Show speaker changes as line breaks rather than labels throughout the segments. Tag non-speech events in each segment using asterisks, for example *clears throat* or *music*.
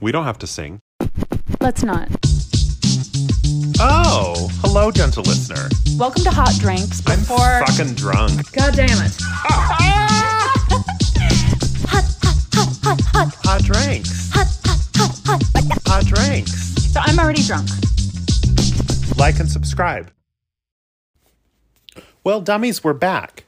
We don't have to sing.
Let's not.
Oh, hello, gentle listener.
Welcome to Hot Drinks.
I'm
Before
fucking drunk.
God damn it.
Hot drinks. Hot drinks.
so I'm already drunk.
Like and subscribe. Well, dummies, we're back.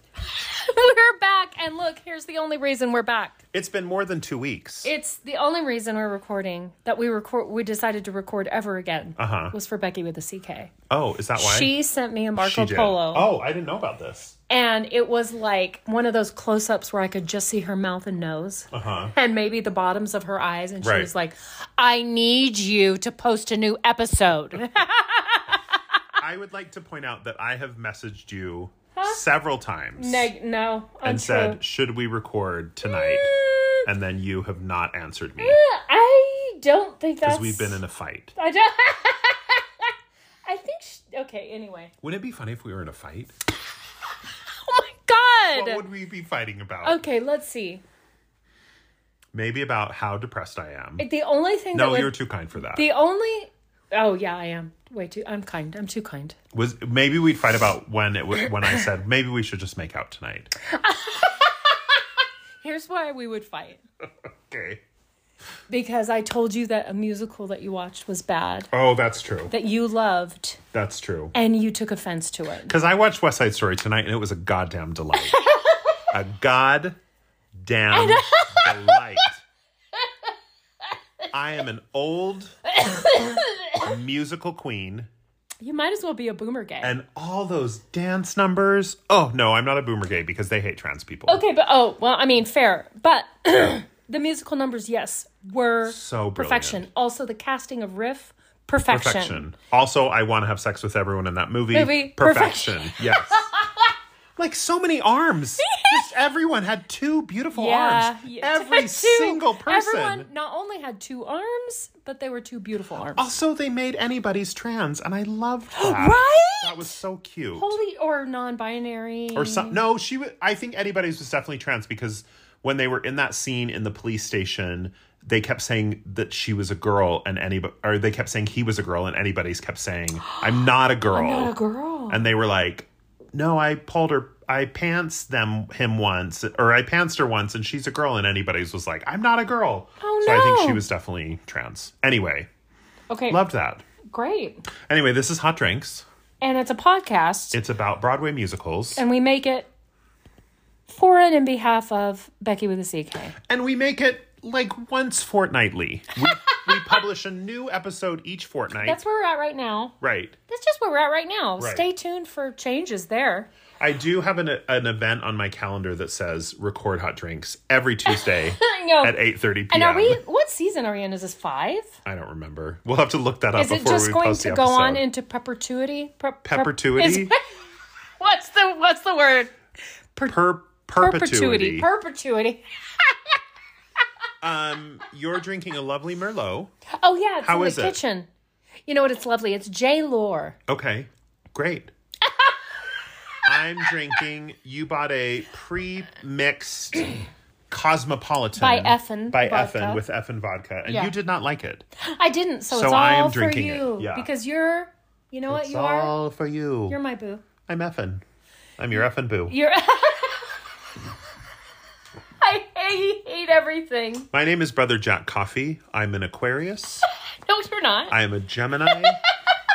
*laughs* we're back. And look, here's the only reason we're back.
It's been more than two weeks.
It's the only reason we're recording that we record we decided to record ever again
Uh-huh.
was for Becky with the CK.
Oh, is that why?
She sent me a
She
Marco
did.
Polo.
Oh, I didn't know about this.
And it was like one of those close ups where I could just see her mouth and nose.
Uh-huh.
And maybe the bottoms of her eyes, and she
Right.
was like, "I need you to post a new
*laughs*
episode."
*laughs* I would like to point out that I have messaged you several times
Neg- no, untrue. Mm,
and said, should we record tonight? And then you have not answered me
I don't think that's
because we've been in a fight.
I don't. *laughs* I think. She, okay. Anyway.
Wouldn't it be funny if we were in a fight?
Oh my
What
god.
would we be fighting about?
okay. Let's see.
Maybe about how depressed I am.
The only thing that
No,
would,
you're too kind for that.
the only. Oh yeah, I am. Way too. I'm kind. I'm too kind.
Was maybe we'd fight about when it was when I said maybe we should just make out tonight.
Here's why we would fight.
Okay.
Because I told you that a musical that you watched was bad,
Oh, that's true.
that you loved,
That's true.
and you took offense to it.
Because I watched West Side Story tonight and it was a goddamn delight. a goddamn delight. I am an old musical queen
You might as well be a boomer gay.
and all those dance numbers. Oh, no, I'm not a boomer gay because they hate trans people.
okay, but oh well. I mean, fair. But *clears throat* the musical numbers, yes, were
So brilliant.
perfection. Also, the casting of Riff, perfection.
Perfection. Also, I want to have sex with everyone in that movie.
Movie,
Perfection.
*laughs*
Yes. like so many arms. Just everyone had two beautiful arms.
*laughs* yeah.
Every
Two.
single person.
Everyone not only had two arms, but they were two beautiful arms.
Also, they made anybody's trans, and I
*gasps*
loved that.
Right?
Oh, That was so cute.
Holy or non-binary.
or some, no, she. wa- I think anybody's was definitely trans because when they were in that scene in the police station, they kept saying that she was a girl, and anybody, or they kept saying he was a girl, and anybody's kept saying,
*gasps*
"I'm not a girl."
Not a Oh, girl.
and they were like, "No, I pulled her, I pants them him once, or I pantsed her once, and she's a girl." And anybody's was like, "I'm not a girl."
Oh,
So I think she
no.
was definitely trans. Anyway,
Okay,
loved that.
great.
Anyway, this is Hot Drinks.
And it's a podcast,
It's about Broadway musicals,
and we make it for and in behalf of Becky with a CK.
and we make it like once fortnightly. We, we publish a new episode each fortnight.
That's where we're at right now.
right.
That's just where we're at right now.
Right.
Stay tuned for changes there. *laughs*
I do have an an event on my calendar that says record hot drinks every Tuesday
*laughs* I know.
at 8:30 p.m.
and are we? What season are we in? Is this five?
I don't remember. We'll have to look that up
Is it
before
just
we
going
post
to
the
go on
episode.
into perpetuity? Per- per-
Perpetuity?
is- what's the What's the word?
per perpetuity.
Perpetuity.
um, you're drinking a lovely Merlot.
Oh yeah, it's
How
in
is
the
it?
kitchen. You know what? It's lovely. It's J Lore.
Okay,
*laughs*
great. I'm drinking. You bought a pre-mixed cosmopolitan
By Effin
by
vodka.
Effin with Effin vodka, and
Yeah.
you did not like it.
I didn't, so,
So
it's all
I am
for
drinking it,
you
yeah.
because you're. You know what
it's
you are?
all for you.
You're my boo.
I'm Effin. I'm your Effin boo.
You're. *laughs* I hate, hate everything.
My name is Brother Jack Coffee. I'm an Aquarius.
No, you're not.
I am a
*laughs*
Gemini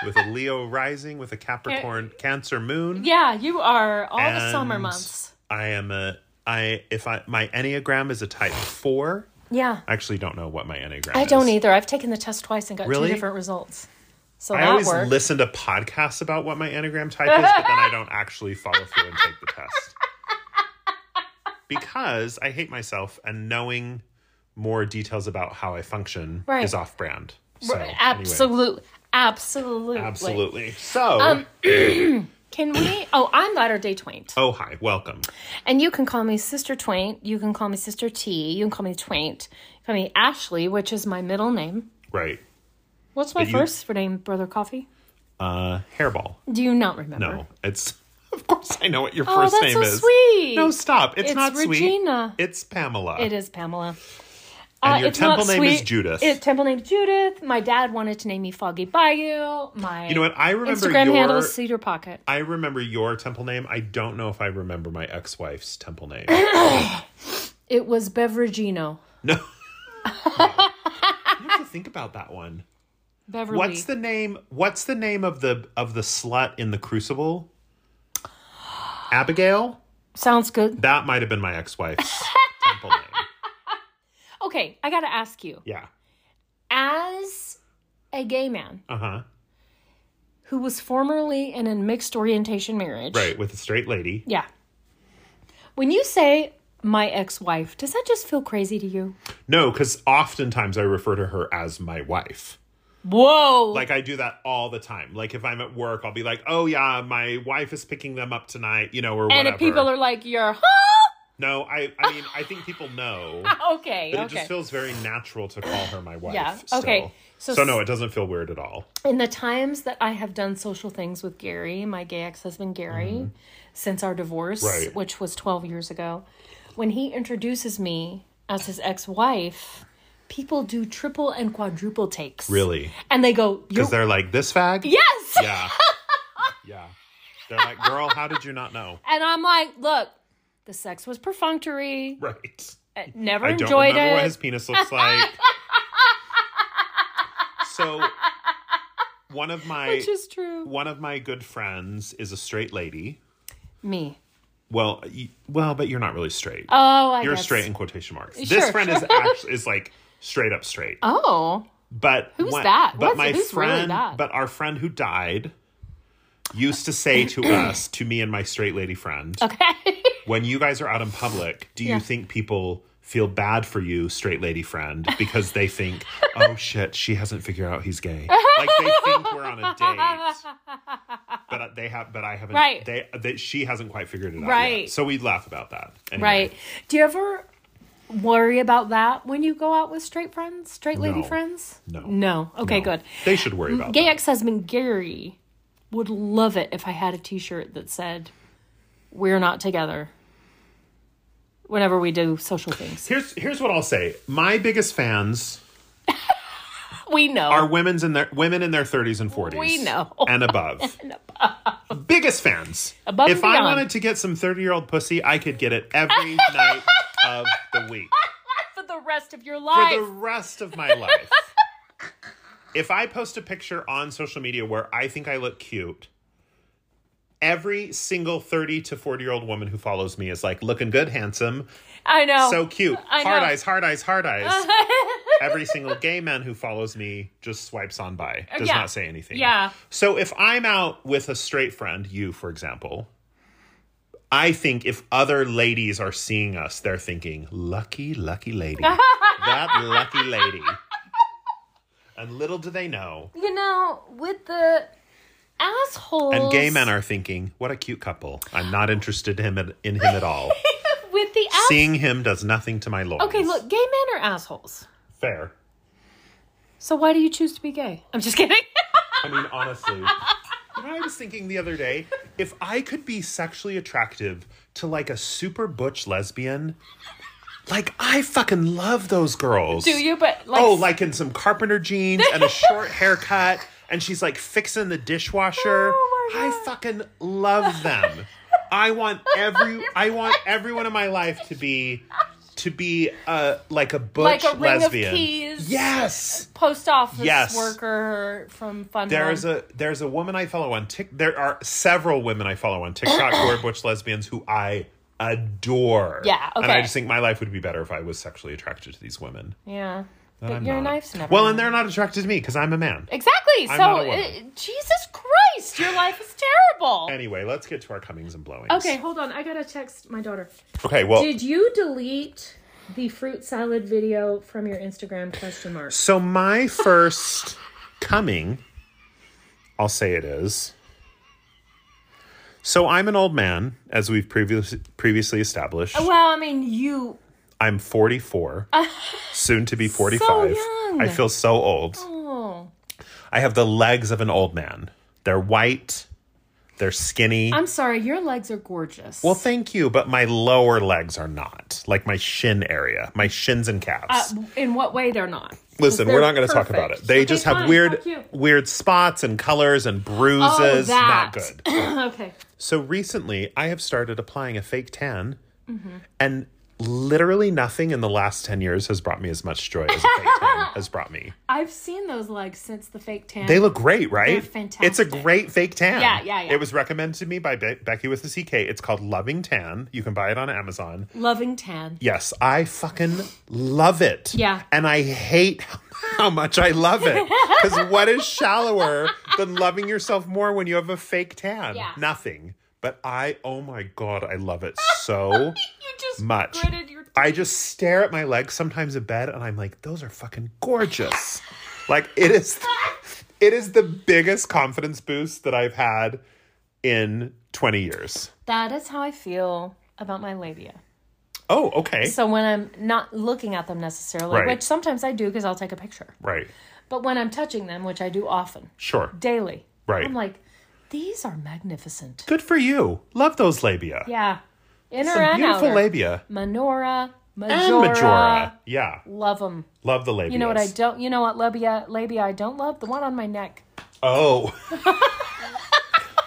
with a Leo rising with a Capricorn Cancer moon.
yeah, you are all the
And
summer months.
I am a I if I my enneagram is a type four.
Yeah.
I actually don't know what my enneagram.
I
is.
don't either. I've taken the test twice and got
Really?
two different results. So
I
that
always
worked.
listen to podcasts about what my enneagram type is, but then I don't actually follow through and take the
*laughs*
test because I hate myself and knowing more details about how I function
Right.
is off brand. So anyway,
Absolute, absolutely,
absolutely. So
Um, Can we? Oh, I'm Latter Day Twaint,
oh hi, welcome.
and you can call me Sister Twaint. You can call me Sister T. You can call me Twaint. You can call me Ashley, which is my middle name.
Right,
What's my
But you-
first name, Brother Coffee?
uh, hairball.
Do you not remember?
No, it's *laughs* of course I know what your
Oh,
first
that's
name
so
is.
sweet.
No, stop. It's,
It's
not sweet.
Regina.
It's Pamela.
It is Pamela.
And
Uh,
your
it's not
temple name is
sweet.
Judith.
It, temple name Judith. My dad wanted to name me Foggy Bayou. My
You know what? I remember
Instagram
your
handle is Cedar Pocket.
I remember your temple name. I don't know if I remember my ex-wife's temple
*laughs*
name.
It was Beveragino.
no. I have to think about that one.
Beverly.
What's the name? What's the name of the of the slut in the Crucible? Abigail.
Sounds good.
That might have been my
*laughs*
ex-wife's temple name.
Okay, I gotta ask you.
Yeah.
As a gay man
Uh huh.
who was formerly in a mixed orientation marriage.
Right with a straight lady.
Yeah. When you say my ex-wife, does that just feel crazy to you?
No, because oftentimes I refer to her as my wife.
Whoa.
Like I do that all the time. Like if I'm at work, I'll be like, "Oh yeah, my wife is picking them up tonight," you know, or
and
whatever.
if people are like, you're huh?
no, I. I mean, I think people
*laughs*
know.
Okay,
But it
okay.
just feels very natural to call her my wife.
Yeah,
still.
okay. So
So, no, it doesn't feel weird at all.
in the times that I have done social things with Gary, my gay ex husband Gary, since our divorce,
Mm-hmm. Right.
which was 12 years ago, when he introduces me as his ex wife, people do triple and quadruple takes.
Really.
And they go, You're.
Because they're like this fag.
Yes!
Yeah. yeah. They're like, girl, how did you not know? *laughs*
And I'm like, Look, the sex was perfunctory.
Right.
I Never
I don't
enjoyed
remember
it.
what his penis looks
*laughs*
like. so one of my
which is true.
one of my good friends is a straight lady.
Me.
Well, you, well, but you're not really straight.
Oh, I
you're
guess.
straight in quotation marks. This
Sure.
friend
*laughs*
is actually is like straight up straight.
Oh.
But who's
that?
But
What's-
my
who's really
friend,
that?
but our friend who died, used to say
*clears throat*
to us, to me and my straight lady friend,
Okay. *laughs*
when you guys are out in public, do you think people feel bad for you, straight lady
*laughs*
friend, because they think, oh shit, she hasn't figured out he's gay. Like they think we're on a date,
*laughs*
but they have, but I haven't.
Right.
They, they she hasn't quite figured it out.
Right.
Yet. So we laugh about that. Anyway,
Right. Do you ever worry about that when you go out with straight friends, straight lady
No.
friends?
No.
No. Okay,
No.
good.
They should worry about
Gay
that.
ex husband Gary would love it if I had a t shirt that said, We're not together whenever we do social things.
Here's here's what I'll say. My biggest fans
We know.
are women's in their women in their 30s and 40s.
We know.
And above.
*laughs*
Biggest fans.
Above
if
and
I
beyond.
wanted to get some 30-year-old pussy, I could get it
*laughs*
every night of the week
*laughs* for the rest of your
for
life.
the rest of my life.
*laughs*
if I post a picture on social media where I think I look cute, every single 30 to 40-year-old woman who follows me is like looking good, handsome,
*laughs* I know.
so cute.
I
hard
know.
eyes, hard eyes, hard
*laughs*
eyes. Every single gay man who follows me just swipes on by, does
Uh, yeah.
not say anything.
Yeah.
So if I'm out with a straight friend, you, for example, I think if other ladies are seeing us, they're thinking, lucky, lucky
*laughs*
lady. that lucky lady. And little do they know.
you know, with the assholes
And gay men are thinking, what a cute couple. I'm not interested him at, in him at
*laughs*
all.
with the ass-
Seeing him does nothing to my loins.
Okay, look, gay men are assholes.
Fair.
So why do you choose to be gay? I'm just kidding. *laughs*
I mean, honestly. You know, I was thinking the other day, if I could be sexually attractive to like a super butch lesbian, like I fucking love those girls.
do you? But like,
Oh, like in some carpenter jeans
*laughs*
and a short haircut, and she's like fixing the dishwasher.
Oh my
I fucking love them. I want every I want everyone in my life to be to be uh like a butch
like a ring
lesbian.
of keys.
Yes.
post office
Yes.
worker from Fun.
There
Run.
is a there's a woman I follow on Tik. There are several women I follow on TikTok
*coughs*
who are butch lesbians who I adore.
Yeah,
And I
okay.
just think my life would be better if I was sexually attracted to these women.
yeah, but,
I'm
your
not.
knife's never.
Well,
been-
and they're not attracted to me because I'm a man.
exactly.
I'm
so
not a woman.
uh, Jesus Christ, your life is terrible.
Anyway, let's get to our comings and blowings.
okay, hold on. I gotta text my daughter.
Okay. Well,
Did you delete the fruit salad video from your Instagram? Question mark.
so my first coming, I'll say it is. So I'm an old man, as we've previous, previously established.
Well, I mean, you.
I'm 44, soon
*laughs*
to be 45.
young.
I feel so old.
Oh,
I have the legs of an old man. They're white, They're skinny.
I'm sorry, your legs are gorgeous.
well, thank you, but my lower legs are not. Like my shin area, my shins and calves.
Uh, in what way
*coughs*
they're not?
Listen,
They're
we're not going to talk
perfect.
about it. They
Okay,
just
fine,
have weird
fuck you.
weird spots and colors and bruises. Not
that.
good.
okay.
So recently, I have started applying a fake tan,
Mm-hmm.
and literally nothing in the last 10 years has brought me as much joy as a fake
*laughs*
tan has brought me.
I've seen those legs since the fake tan.
They look great, right?
fantastic.
It's a great fake tan.
Yeah, yeah, yeah.
It was recommended to me by Be- Becky with the CK. It's called Loving Tan. You can buy it on Amazon.
loving tan.
Yes, I fucking love it.
Yeah.
And I hate *laughs* how much I love it. Because what is shallower than loving yourself more when you have a fake tan?
Yeah.
Nothing. But I, oh my God, I love it
*laughs*
so
You just
much.
gritted your
I just stare at my legs sometimes in bed and I'm like, those are fucking gorgeous. like it
*laughs*
is it is the biggest confidence boost that I've had in 20 years.
That is how I feel about my labia.
Oh, okay.
So when I'm not looking at them necessarily,
Right.
which sometimes I do because I'll take a picture,
right.
but when I'm touching them, which I do often,
Sure.
daily,
Right.
I'm like, these are magnificent.
Good for you. Love those labia.
Yeah, inner
Some
and
beautiful
outer.
labia.
Manora, Majora,
And Majora. Yeah.
love them.
Love the labia.
You know what I don't? You know what labia? Labia I don't love the one on my neck. *laughs*
Oh.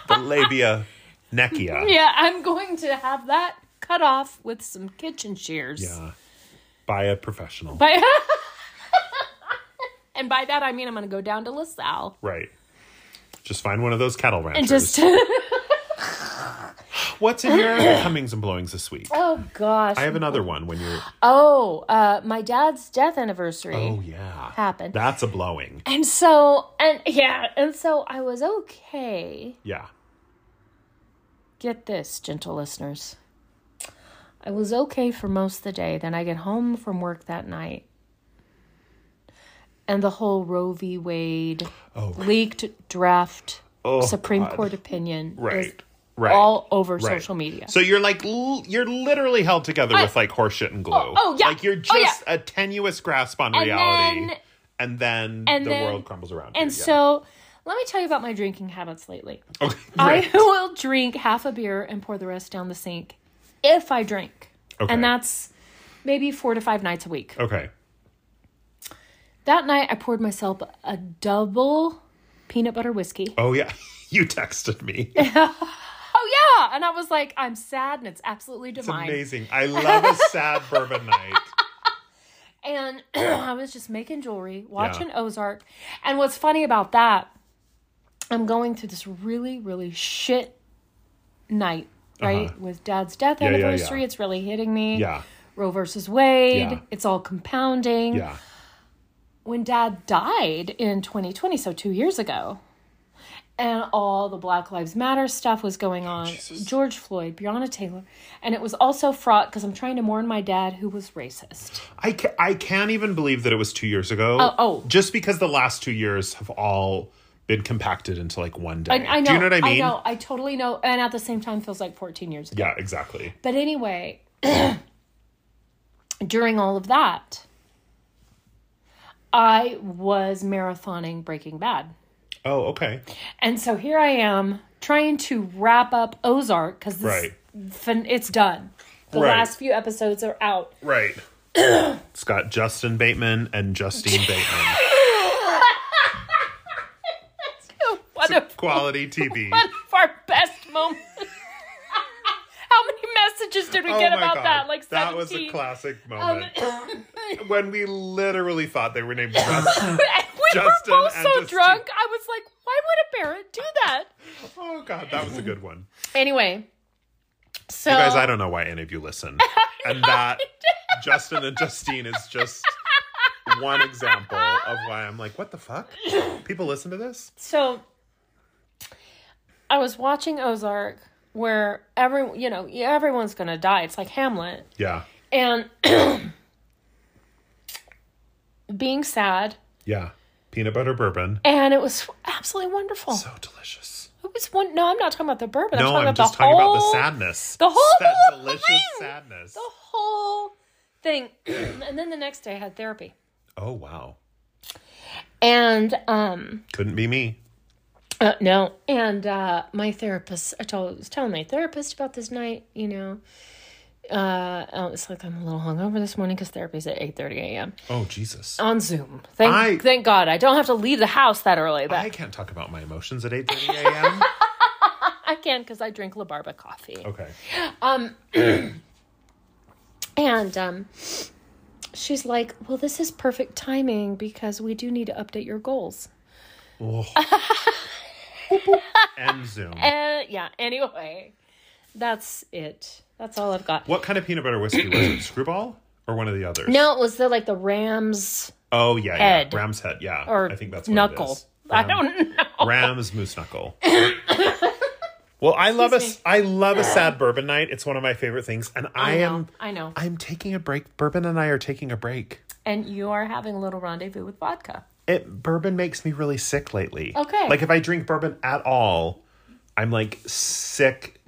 the labia neckia.
Yeah, I'm going to have that cut off with some kitchen shears.
Yeah. By a professional.
By *laughs* and by that I mean I'm going to go down to LaSalle
right. Just find one of those cattle ranchers.
and just *laughs*
What's in
*coughs*
your comings and blowings this week?
oh gosh.
I have another one when you're.
oh, uh, my dad's death anniversary
Oh, yeah.
happened,
That's a blowing.
and so and yeah, and so I was okay.
Yeah.
Get this, gentle listeners. I was okay for most of the day. Then I get home from work that night. And the whole Roe v. Wade
Oh.
leaked draft
Oh,
Supreme
God.
Court opinion is
Right. Right.
all over
right.
social media.
So you're like, l- you're literally held together with like horseshit and glue.
Oh, oh, yeah.
Like you're
Oh, yeah.
just a tenuous grasp on
And
reality.
then-
and then
and
the
then-
world crumbles around.
and
you. yeah.
so let me tell you about my drinking habits lately.
Okay. *laughs* Right.
I *laughs* will drink half a beer and pour the rest down the sink if I drink.
Okay.
And that's maybe four to five nights a week.
okay.
That night, I poured myself a double peanut butter whiskey.
Oh, yeah. *laughs* You texted me.
Oh, yeah. And I was like, I'm sad and it's absolutely
It's
divine.
amazing. I love a sad
*laughs*
bourbon night.
and *clears throat* I was just making jewelry, watching
Yeah.
Ozark. And what's funny about that, I'm going through this really, really shit night, right?
Uh-huh.
With dad's death
yeah, yeah.
anniversary. It's really hitting me.
Yeah.
Roe versus Wade.
Yeah.
It's all compounding.
Yeah.
When dad died in 2020, so two years ago, and all the Black Lives Matter stuff was going on, George Floyd, Breonna Taylor, and it was also fraught because I'm trying to mourn my dad who was racist.
I, ca- I can't even believe that it was two years ago.
Oh, oh.
Just because the last two years have all been compacted into like one day.
I, I know.
Do you know what I mean?
know. I totally know. And at the same time, feels like 14 years ago.
Yeah, exactly.
But anyway, *clears throat* during all of that, I was marathoning Breaking Bad.
Oh, okay.
And so here I am trying to wrap up Ozark because
Right.
it's done. The
Right.
last few episodes are out. *laughs* *clears throat*
Right. it's got Justin Bateman and
*laughs*
Justine Bateman.
One of,
Quality
*laughs*
TV.
one of our best moments. *laughs* How many messages did we
Oh
get
my
about
God.
that? Like Um, 17.
that was a classic moment when we literally thought they were named Justin.
*laughs* we
Justin
were both
and
so
Justine.
drunk. I was like, why would a parent do that?
oh God, that was a good one.
Anyway, so
You guys, I don't know why any of you
*laughs*
listen. And that Justin and Justine is
*laughs*
just one example of why I'm like, what the fuck? People listen to this?
so I was watching Ozark, where every you know yeah, everyone's gonna die. It's like Hamlet,
Yeah.
and *clears throat* being sad,
Yeah. Peanut butter bourbon.
and it was absolutely wonderful.
So delicious.
it was one. No, I'm not talking about the bourbon. I'm
No,
talking
I'm
about
just
the
talking
whole,
about the sadness.
the whole
that delicious
thing.
sadness.
the whole thing. *clears throat* and then the next day, I had therapy,
oh wow.
and um.
Couldn't be me.
Uh, no. And uh, my therapist, I told, was telling my therapist about this night, you know. Uh, oh, it's like I'm a little hungover this morning because therapy's at 8.30 a.m.
Oh Jesus.
on Zoom. Thank,
I-
thank God. I don't have to leave the house that early, but
I can't talk about my emotions at
*laughs*
8:30 a.m.
I can because I drink LaBarba coffee.
okay.
And um, she's like, Well, this is perfect timing because we do need to update your goals. *laughs*
And Oh. Zoom.
Uh, yeah, anyway, that's it. That's all I've got.
What kind of peanut butter whiskey was
*clears throat*
it? Screwball or one of the others?
No, it was the like the Rams
Oh yeah,
Head.
yeah. Ram's head. Yeah.
or
I think that's what It
knuckle.
is.
I
Ram-
don't know.
Ram's moose
*laughs*
knuckle. well, I love a s- I love a sad bourbon night. It's one of my favorite things, and I,
I know,
am
I know.
I'm taking a break. Bourbon and I are taking a break.
And you are having a little rendezvous with vodka.
It bourbon makes me really sick lately.
Okay.
Like if I drink bourbon at all, I'm like sick,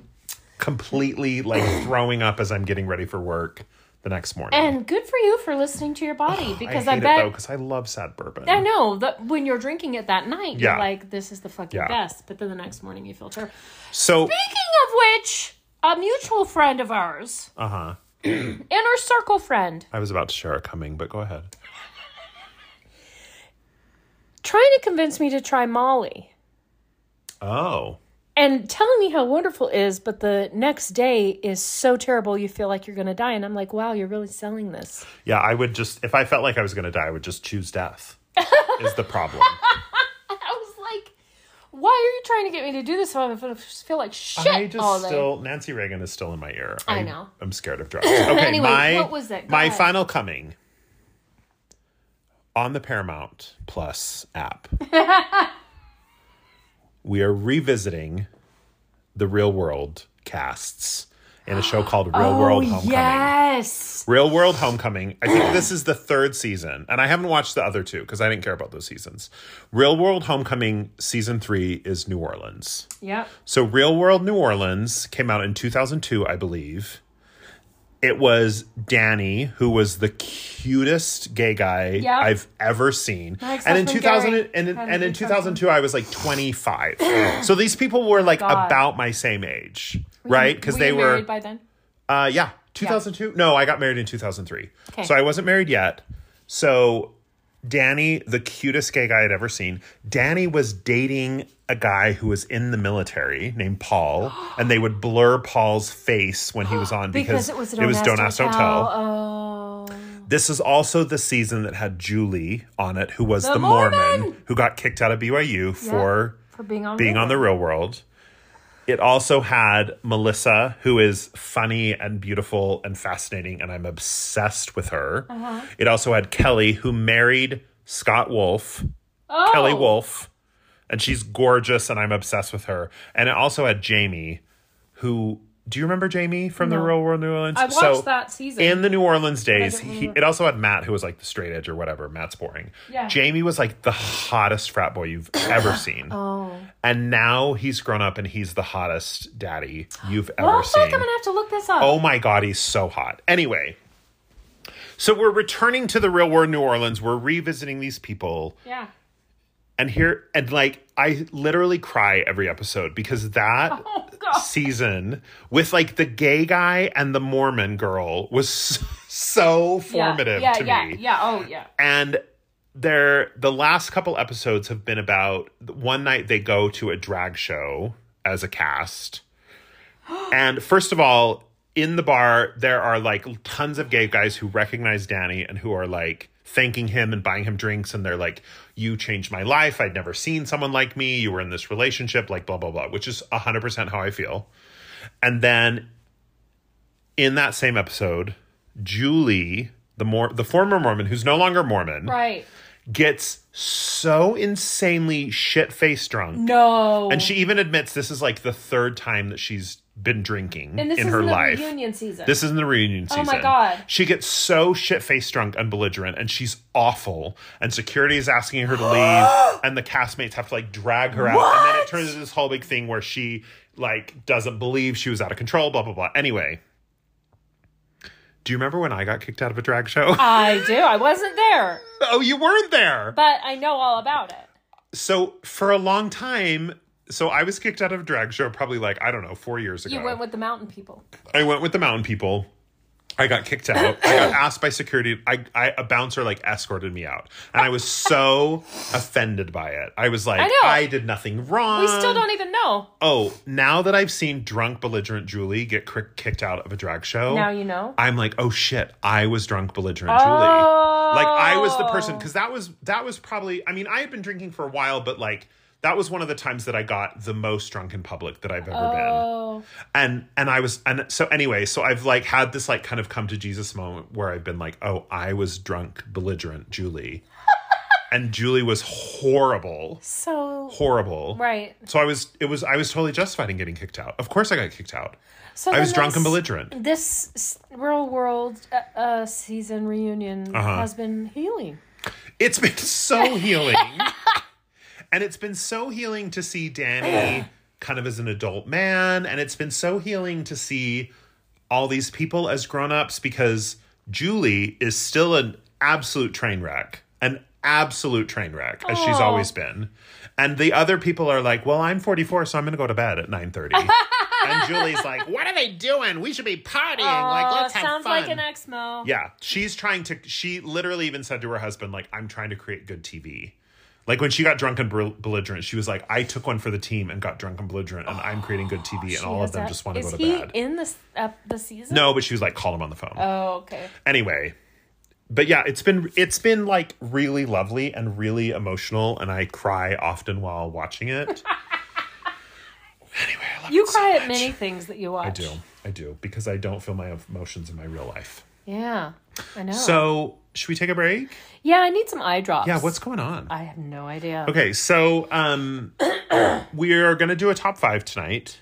completely
*laughs*
like throwing up as I'm getting ready for work the next morning.
And good for you for listening to your body because
Oh, I
I,
hate it
bet
though because I love sad bourbon.
I know that when you're drinking it that night,
Yeah.
you're like, "This is the fucking
Yeah.
best," but then the next morning you feel terrible.
So
Speaking of which, a mutual friend of ours,
uh huh.
*clears throat* inner circle friend,
I was about to share a coming, but go ahead.
trying to convince me to try Molly
Oh.
and telling me how wonderful it is, but the next day is so terrible you feel like you're going to die. And I'm like, "Wow, you're really selling this."
Yeah, I would just if I felt like I was gonna die, I would just choose death. is the problem.
And *laughs* I was like, "Why are you trying to get me to do this? If I'm going to feel like *laughs* shit
I
all
just
day."
still Nancy Reagan is still in my ear. I,
know.
I'm scared of
*laughs*
drugs. Okay,
Anyway,
my
what was it? Go
my
ahead.
final coming on the Paramount Plus
*laughs*
app. we are revisiting the Real World casts in a show called
*gasps*
Real
Oh,
World Homecoming.
yes.
Real World Homecoming. I think this is the third season, and I haven't watched the other two because I didn't care about those seasons. Real World Homecoming season three is New Orleans.
Yep.
So, Real World New Orleans came out in 2002, I believe. It was Danny, who was the cutest gay guy
Yeah.
I've ever seen.
My
And in
ex-husband
2000
Gary
and, in-
had
and
a
in
big
2002 I was like
*gasps*
25. so these people were like
God.
about my same age, right? Cuz
Were
they
you
were
married by then.
uh, yeah, 2002. No, I got married in 2003.
Okay.
So I wasn't married yet. So Danny, the cutest gay guy I'd ever seen, Danny was dating a guy who was in the military named Paul, and they would blur Paul's face when he was
*gasps*
on because,
it was
it was Don't Ask, Don't Tell.
Oh,
This is also the season that had Julie on it, who was the,
The
Mormon.
Mormon!
who got kicked out of BYU for
for being on
being on the real world. It also had Melissa, who is funny and beautiful and fascinating, and I'm obsessed with her.
Uh-huh.
It also had Kelly, who married Scott Wolf,
oh,
Kelly Wolf, and she's gorgeous, and I'm obsessed with her. And it also had Jamie, who do you remember Jamie from the
No.
Real World New Orleans?
I watched that season.
In the New Orleans days,
don't
he,
remember.
it also had Matt, who was like the straight edge or whatever. Matt's boring.
Yeah.
Jamie was like the hottest frat boy you've
*coughs*
ever seen.
oh,
And now he's grown up and he's the hottest daddy you've ever
well, fuck!
seen.
I'm gonna have to look this up.
Oh my God, he's so hot. Anyway, so we're returning to the real world New Orleans. We're revisiting these people.
yeah.
And here, and like, I literally cry every episode because
*laughs*
that
Oh, God.
season with like the gay guy and the Mormon girl was *laughs* so, so formative
yeah,
to
yeah,
me.
Yeah, yeah, oh yeah.
and they're the last couple episodes have been about one night they go to a drag show as a cast and first of all in the bar there are like tons of gay guys who recognize danny and who are like thanking him and buying him drinks and they're like you changed my life i'd never seen someone like me you were in this relationship like blah blah blah which is 100% how i feel and then in that same episode, Julie, the more the former Mormon who's no longer Mormon,
Right.
gets so insanely shit faced drunk.
No.
And she even admits this is like the third time that she's been drinking
and this
in
is
her
in the
life.
reunion season.
This is in the reunion season.
my God.
She gets so shit faced drunk and belligerent, and she's awful. And security is asking her to
*gasps*
leave, and the castmates have to like drag her out. And then it turns into this whole big thing where she like doesn't believe she was out of control, blah, blah, blah. Anyway. Do you remember when I got kicked out of a *laughs*
Uh,
drag show?
I do. I wasn't there,
oh, you weren't there.
but I know all about it.
So for a long time, so I was kicked out of a drag show probably like, I don't know, four years ago.
You went with the mountain people.
I went with the mountain people. I got kicked out. I
*laughs*
got asked by security. I, I a bouncer like escorted me out, and I was so offended by it. I was like,
I
I,
know.
did nothing wrong.
We still don't even know.
Oh, now that I've seen drunk belligerent Julie get cr- kicked out of a drag show,
Now you know.
I'm like, oh shit, I was drunk belligerent Julie. Like I was the
Oh.
person because that was that was probably. I mean, I had been drinking for a while, but like that was one of the times that I got the most drunk in public that I've ever been
Oh,
and and i was and so anyway so i've like had this like kind of come to jesus moment where i've been like oh i was drunk belligerent
*laughs*
julie and julie was horrible
so
horrible
right.
so i was it was i was totally justified in getting kicked out of course i got kicked out
So
i
then
was drunk and
this-
belligerent
This s- real world uh, uh, season reunion
Uh-huh.
has been healing.
it's been
*laughs*
so healing and it's been so healing to see danny kind of as an adult man and it's been so healing to see all these people as grown-ups because Julie is still an absolute train wreck. An absolute train wreck as she's always been. And the other people are like, "Well, I'm 44, so I'm going to go to bed at
*laughs*
9:30." and Julie's like, "What are they doing? We should be partying. like,
Oh,
let's have
sounds
fun."
like an Exmo.
yeah, she's trying to she literally even said to her husband like, "I'm trying to create good TV." Like when she got drunk and bel- belligerent, she was like, "I took one for the team and got drunk and belligerent, and I'm creating good TV, and all of them just want to
Is
go to
he
bed."
in this uh, the season?
no, but she was like, "Call him on the phone."
Oh, okay.
anyway but yeah it's been it's been like really lovely and really emotional and i cry often while watching
*laughs*
it anyway I love
You
it so
cry at
much.
many things that you watch.
i do i do because i don't feel my emotions in my real life
Yeah, I know.
so should we take a break
yeah, I need some eye drops.
yeah what's going on
I have no idea.
okay so um we're gonna do a top five tonight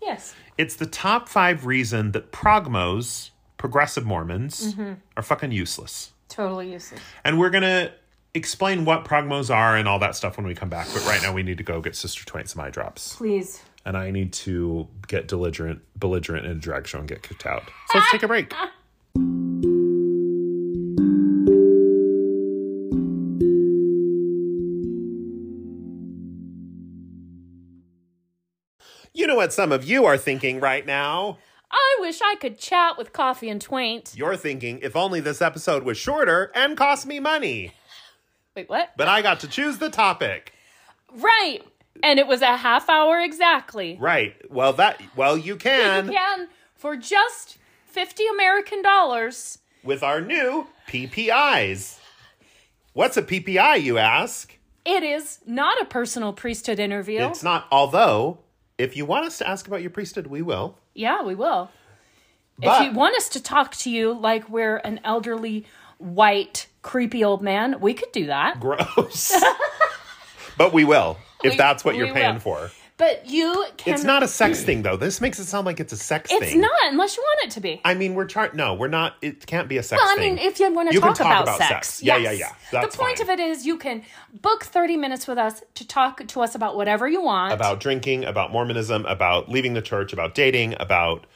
Yes.
it's the top five reason that progmos progressive mormons are fucking useless
Totally useless.
And we're going to explain what progmos are and all that stuff when we come back. But right now, we need to go get Sister Twain some eye drops.
Please.
And I need to get belligerent, belligerent in a drag show and get kicked out. So let's take a break. You know what some of you are thinking right now?
I wish I could chat with Coffee and Twaint.
You're thinking, if only this episode was shorter and cost me money.
Wait, what?
But I got to choose the topic.
Right. And it was a half hour exactly.
Right. Well, that well you
You
can
can for just 50 American dollars.
with our new PPIs. What's a PPI, you ask?
It is not a personal priesthood interview.
It's not. Although, if you want us to ask about your priesthood, we will.
yeah, we will.
But-
if you want us to talk to you like we're an elderly, white, creepy old man, we could do that.
Gross. *laughs* but we will if
We-
that's what
we
you're paying
will.
for.
But you can.
It's not a sex
*clears throat*
thing though. This makes it sound like it's a sex
It's
thing.
not, unless you want it to be.
I mean, we're char- no, we're not. It can't be a sex
Well, I
thing.
mean, if you want to
You can
talk, about, sex,
Yeah,
yes.
yeah, yeah. That's
the point
fine.
of it is, you can book thirty minutes with us to talk to us about whatever you want,
about drinking, about Mormonism, about leaving the church, about dating, about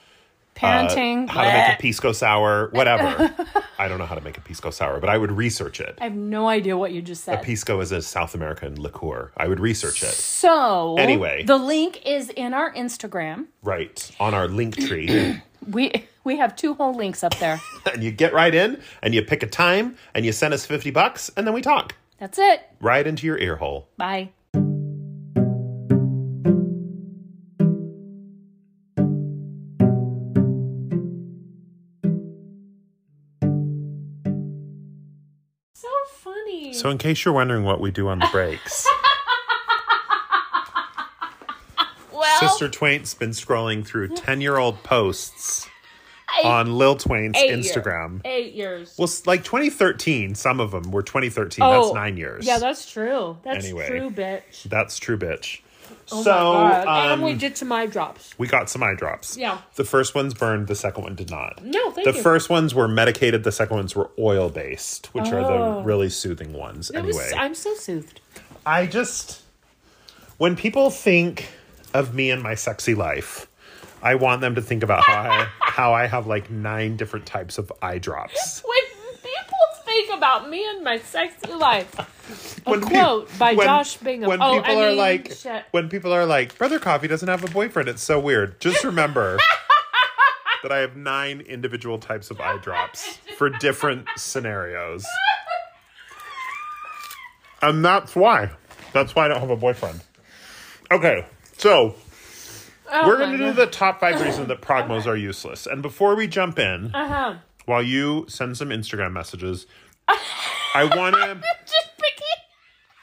uh,
parenting.
how to make
bleh.
a pisco sour,
*laughs*
whatever. I don't know how to make a pisco sour, but I would research it.
I have no idea what you just said.
Pisco is a South American liqueur. I would research it.
so
Anyway.
the link is in our Instagram.
Right on our link tree, *clears throat*
We we have two whole links up there.
and you get right in, and you pick a time, and you send us fifty bucks, and then we talk
That's it.
right into your ear hole.
Bye. So funny.
So, in case you're wondering what we do on the
*laughs*
breaks,
well,
Sister Twain's been scrolling through ten-year-old posts
Eight-
on Lil Twain's
eight years.
Instagram.
eight years.
Well, s- like 2013, some of them were 2013. that's nine years.
Oh, Yeah, that's true. That's
Anyway.
true, bitch.
That's true, bitch.
Oh
so
my God.
um,
and we
we,
did some eye drops.
got some eye drops.
Yeah.
The first one's burned. The second one did not.
No, thank
the
you.
first ones were medicated. The second ones were oil based, which are the really soothing ones.
It
anyway,
Oh. was- I'm so soothed.
I just when people think of me and my sexy life, I want them to think about how I, *laughs* how I have like nine different types of eye drops.
When people think about me and my sexy life,
*laughs* When peop-
quote by Josh Bingham.
When
Oh,
people
I
are
mean,
like,
shit.
when people are like, Brother Coffee doesn't have a boyfriend. It's so weird. Just
*laughs*
remember that I have nine individual types of eye drops
*laughs*
for different scenarios, and that's why. That's why I don't have a boyfriend. Okay, so
Oh
we're
my
going to
God.
do the top five
*laughs*
reasons that progmos are useless. And before we jump in,
Uh-huh.
while you send some Instagram messages, I want
*laughs*
to
Just picking.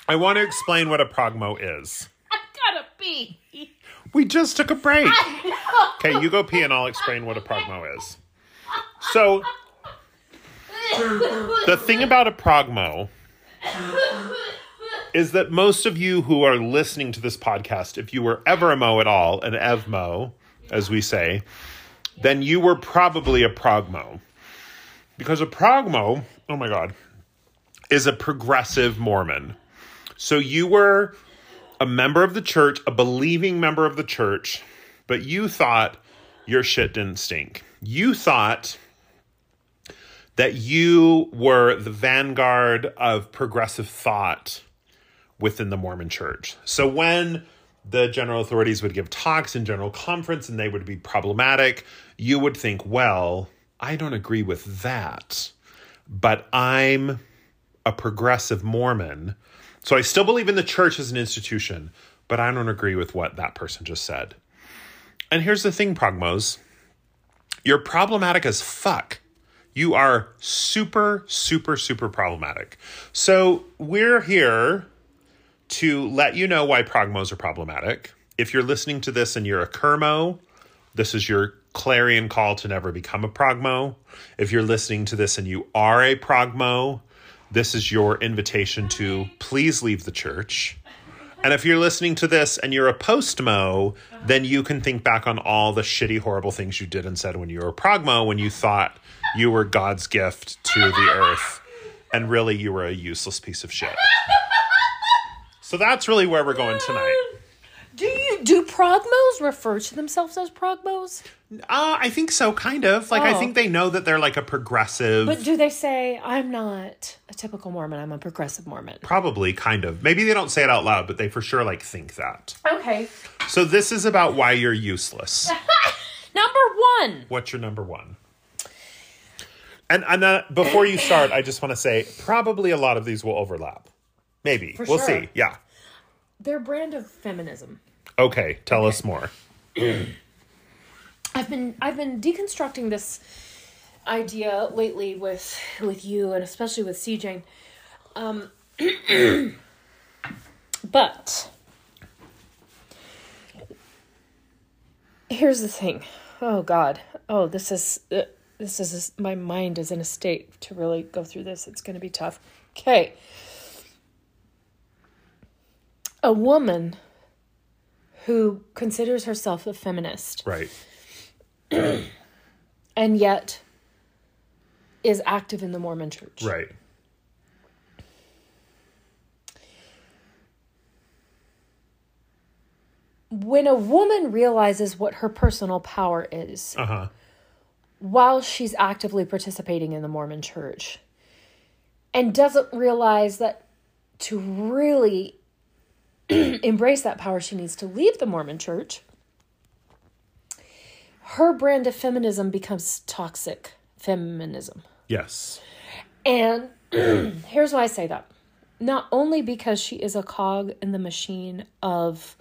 I want to explain what a progmo is.
I gotta pee. *laughs*
We just took a break. Okay, you go pee and I'll explain what a progmo is. So, the thing about a progmo is that most of you who are listening to this podcast, if you were ever a mo at all, an evmo, as we say, then you were probably a progmo. Because a progmo, oh my God, is a progressive Mormon. So you were a member of the church, a believing member of the church, but you thought your shit didn't stink. You thought that you were the vanguard of progressive thought within the Mormon church. So when the general authorities would give talks in general conference and they would be problematic, you would think, well, I don't agree with that, but I'm a progressive Mormon. So I still believe in the church as an institution, but I don't agree with what that person just said. And here's the thing, Progmos you're problematic as fuck. You are super, super, super problematic. So we're here to let you know why Progmos are problematic. If you're listening to this and you're a Kermo, this is your clarion call to never become a progmo. If you're listening to this and you are a progmo, this is your invitation to please leave the church. And if you're listening to this and you're a postmo, then you can think back on all the shitty, horrible things you did and said when you were a progmo, when you thought you were God's gift to the earth, and really you were a useless piece of shit. So that's really where we're going tonight.
Do you do progmos refer to themselves as progmos?
Uh, I think so, kind of. Like, I
Oh.
think they know that they're like a progressive.
But do they say I'm not a typical Mormon? I'm a progressive Mormon.
probably, kind of. Maybe they don't say it out loud, but they for sure like think that.
Okay.
So, this is about why you're
*laughs*
useless.
Number one.
What's your number one? And, and uh, before you start, I just want to say probably a lot of these will overlap. Maybe. we'll
sure.
see. Yeah.
Their brand of feminism.
Okay. Tell us more.
I've been I've been deconstructing this idea lately with with you and especially with CJ. Um, *clears throat* but here's the thing. Oh God. Oh, this is uh, this is my mind is in a state to really go through this. It's going to be tough. Okay. A woman who considers herself a feminist
Right.
and yet is active in the Mormon church.
Right.
When a woman realizes what her personal power is
Uh huh.
while she's actively participating in the Mormon church and doesn't realize that to really *clears throat* embrace that power, she needs to leave the Mormon church, her brand of feminism becomes toxic feminism.
Yes.
And *clears throat* here's why I say that. Not only because she is a cog in the machine of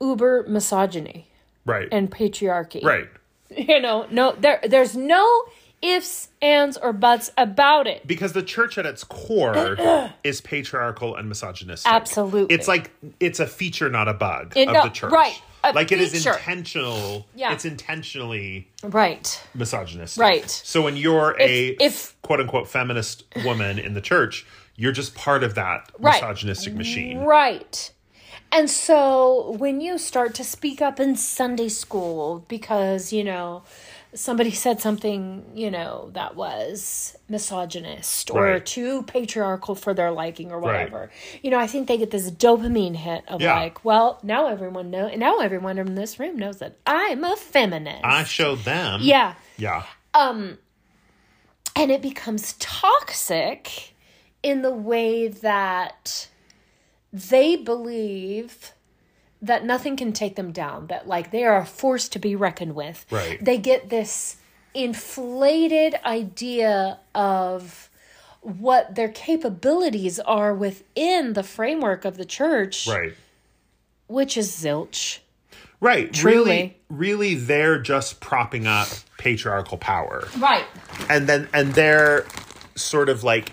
uber misogyny
Right.
and patriarchy.
right.
*laughs* You know, no there there's no ifs, ands, or buts about it.
because the church at its
*clears throat*
core is patriarchal and misogynistic.
Absolutely.
It's like it's a feature, not a bug
It-
of
no,
the church.
right, a
like it is
feature.
intentional.
Yeah.
It's intentionally
Right.
misogynistic.
Right.
So when you're a
If- if-
quote unquote feminist woman in the church, you're just part of that
Right.
misogynistic machine.
Right. And so when you start to speak up in Sunday school because, you know, somebody said something, you know, that was misogynist or
Right.
too patriarchal for their liking or whatever. You know, I think they get this dopamine hit of
Yeah.
like, well, now everyone know now everyone in this room knows that I'm a feminist.
I show them.
yeah Um,
Yeah.
and it becomes toxic in the way that they believe
that nothing can take them down, that like they are a force to be reckoned with.
Right.
they get this inflated idea of what their capabilities are within the framework of the church,
right.
which is zilch.
Right.
Truly.
Really, really, they're just propping up patriarchal power.
Right.
And then, and they're sort of like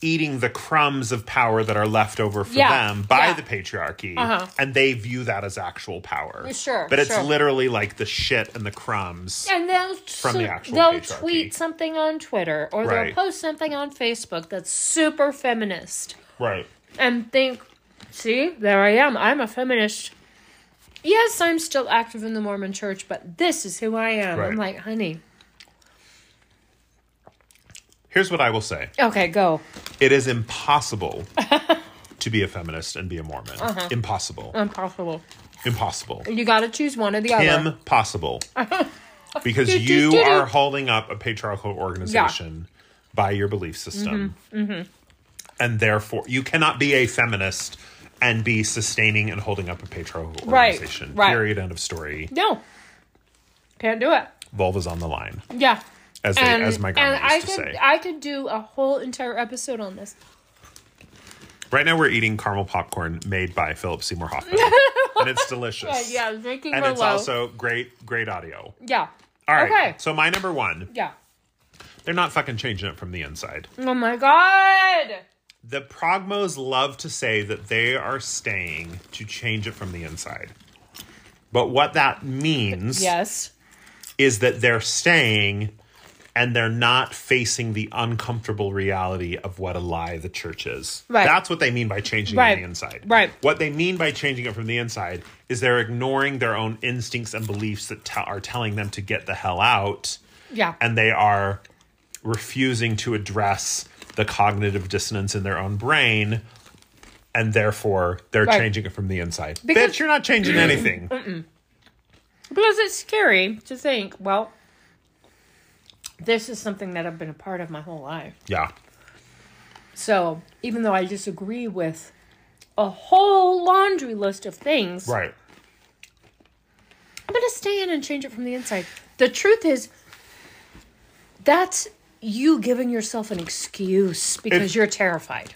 eating the crumbs of power that are left over for
Yeah.
them by
Yeah.
the patriarchy. And they view that as actual power.
Sure,
But it's
sure.
literally like the shit and the crumbs.
And they'll,
the
su-
actual
they'll
patriarchy.
tweet something on Twitter or
Right.
they'll post something on Facebook that's super feminist
Right.
and think, see, there I am. I'm a feminist. Yes, I'm still active in the Mormon church, but this is who I am.
Right.
I'm like, honey.
Here's what I will say.
Okay, go.
It is impossible to be a feminist and be a Mormon. Impossible.
Impossible.
impossible.
You gotta choose one or the other. *laughs*
Impossible. because you are holding up a patriarchal organization by your belief system.
Mm-hmm.
And therefore, you cannot be a feminist and be sustaining and holding up a patriarchal
Right,
organization.
right.
Period. End of story.
No. Can't do it.
Vulva's on the line,
Yeah.
as, they,
And,
as my grandma
and I
used to
could
say.
I could do a whole entire episode on this.
right now, we're eating caramel popcorn made by Philip Seymour
*laughs*
Hoffman. and it's delicious.
Yeah, drinking
and it's
Merlot.
also great, great audio.
yeah.
All right.
Okay.
So my number one,
Yeah.
they're not fucking changing it from the inside.
Oh my god.
The Progmos love to say that they are staying to change it from the inside. But what that means
Yes.
is that they're staying and they're not facing the uncomfortable reality of what a lie the church is.
Right.
That's what they mean by changing it
Right.
from the inside.
Right.
What they mean by changing it from the inside is they're ignoring their own instincts and beliefs that te- are telling them to get the hell out
Yeah.
and they are refusing to address the cognitive dissonance in their own brain and therefore they're
Right.
changing it from the inside
Because-
bitch you're not changing
*clears throat*
anything
Because it's scary to think, well, this is something that I've been a part of my whole life.
yeah
So even though I disagree with a whole laundry list of things,
right
I'm gonna stay in and change it from the inside. The truth is, that's you giving yourself an excuse because
If-
you're terrified.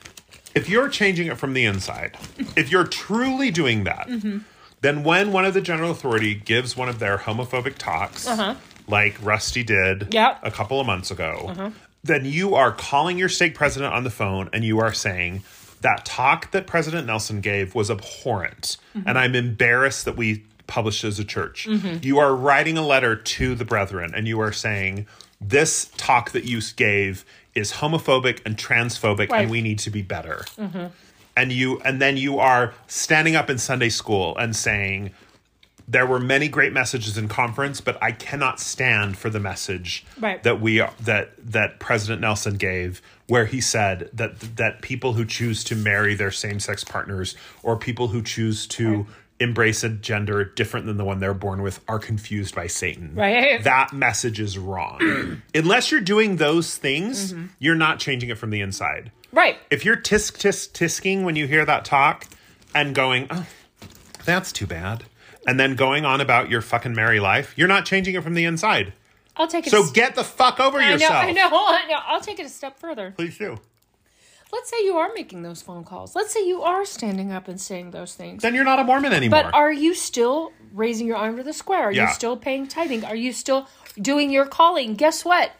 if you're changing it from the inside if you're truly doing that
Mm-hmm.
then when one of the general authority gives one of their homophobic talks like rusty did
Uh-huh. Yep.
a couple of months ago then you are calling your state president on the phone and you are saying that talk that president nelson gave was abhorrent and i'm embarrassed that we published as a church you are writing a letter to the brethren and you are saying this talk that you gave is homophobic and transphobic
Right.
and we need to be better and you and then you are standing up in Sunday school and saying there were many great messages in conference but I cannot stand for the message
Right.
that we that that President Nelson gave where he said that that people who choose to marry their same-sex partners or people who choose to embrace a gender different than the one they're born with are confused by Satan.
Right.
That message is wrong.
*clears throat*
Unless you're doing those things,
Mm-hmm.
you're not changing it from the inside
Right.
if you're tisk tisk tisking when you hear that talk and going, oh, that's too bad, and then going on about your fucking merry life, you're not changing it from the inside.
I'll take it. a
So
s-
get the fuck over
I know,
yourself.
I know, *laughs* I know. I'll take it a step further.
Please do.
Let's say you are making those phone calls. Let's say you are standing up and saying those things.
Then you're not a Mormon anymore.
But are you still raising your arm to the square? Are
Yeah.
you still paying tithing? Are you still doing your calling? Guess what?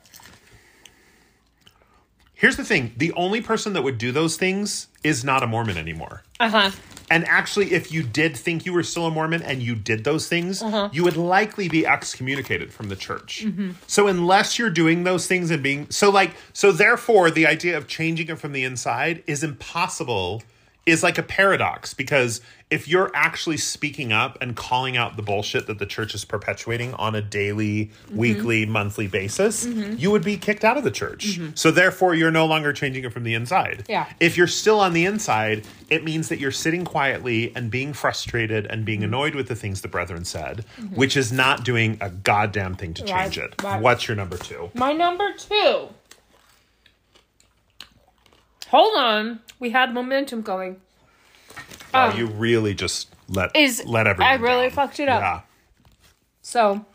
Here's the thing the only person that would do those things is not a Mormon anymore.
Uh huh.
And actually, if you did think you were still a Mormon and you did those things, you would likely be excommunicated from the church. So, unless you're doing those things and being so, like, so therefore, the idea of changing it from the inside is impossible, is like a paradox because if you're actually speaking up and calling out the bullshit that the church is perpetuating on a daily, weekly, monthly basis, you would be kicked out of the church. So, therefore, you're no longer changing it from the inside.
Yeah.
If you're still on the inside, it means that you're sitting quietly and being frustrated and
Mm-hmm.
being annoyed with the things the brethren said, which is not doing a goddamn thing to change
Right,
it.
right.
What's your number two?
My number two Hold on. We had momentum going.
Wow,
Um,
you really just let
is-
let everyone.
I really
down.
fucked it up.
Yeah.
So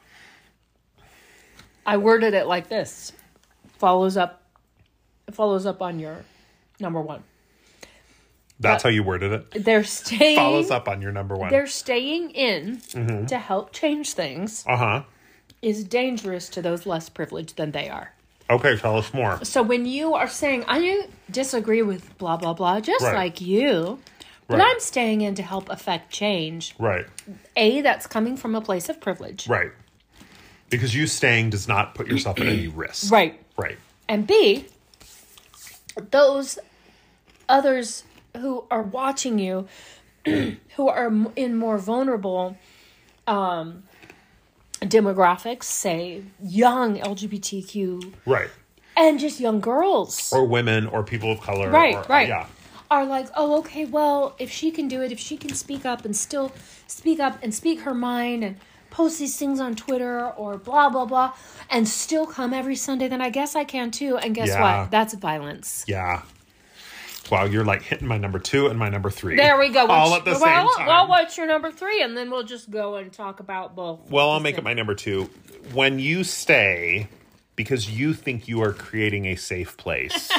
I worded it like this. Follows up follows up on your number 1.
That's how you worded it.
They're staying
Follows up Mm-hmm. on your number one.
they're staying in to help change things
Uh huh.
is dangerous to those less privileged than they are.
Okay, tell us more.
So when you are saying I disagree with blah blah blah just
Right.
like you, but
Right.
I'm staying in to help affect change.
Right,
A that's coming from a place of privilege.
right. Because you staying does not put yourself at any risk.
Right.
Right.
And B, those others who are watching you, *clears throat* who are m- in more vulnerable um, demographics, say young LGBTQ
Right.
and just young girls,
Or women or people of color.
Right,
or-
right.
Yeah.
are like, oh, okay, well, if she can do it, if she can speak up and still speak up and speak her mind and post these things on Twitter or blah, blah, blah, and still come every Sunday, then I guess I can too. And guess
Yeah.
what? That's violence.
Yeah. Wow, you're like hitting my number two and my number three.
There we go.
All
What's-
at the same
well,
time.
Well, what's your number three? And then we'll just go and talk about both.
Well, I'll make it my number two. When you stay because you think you are creating a safe place,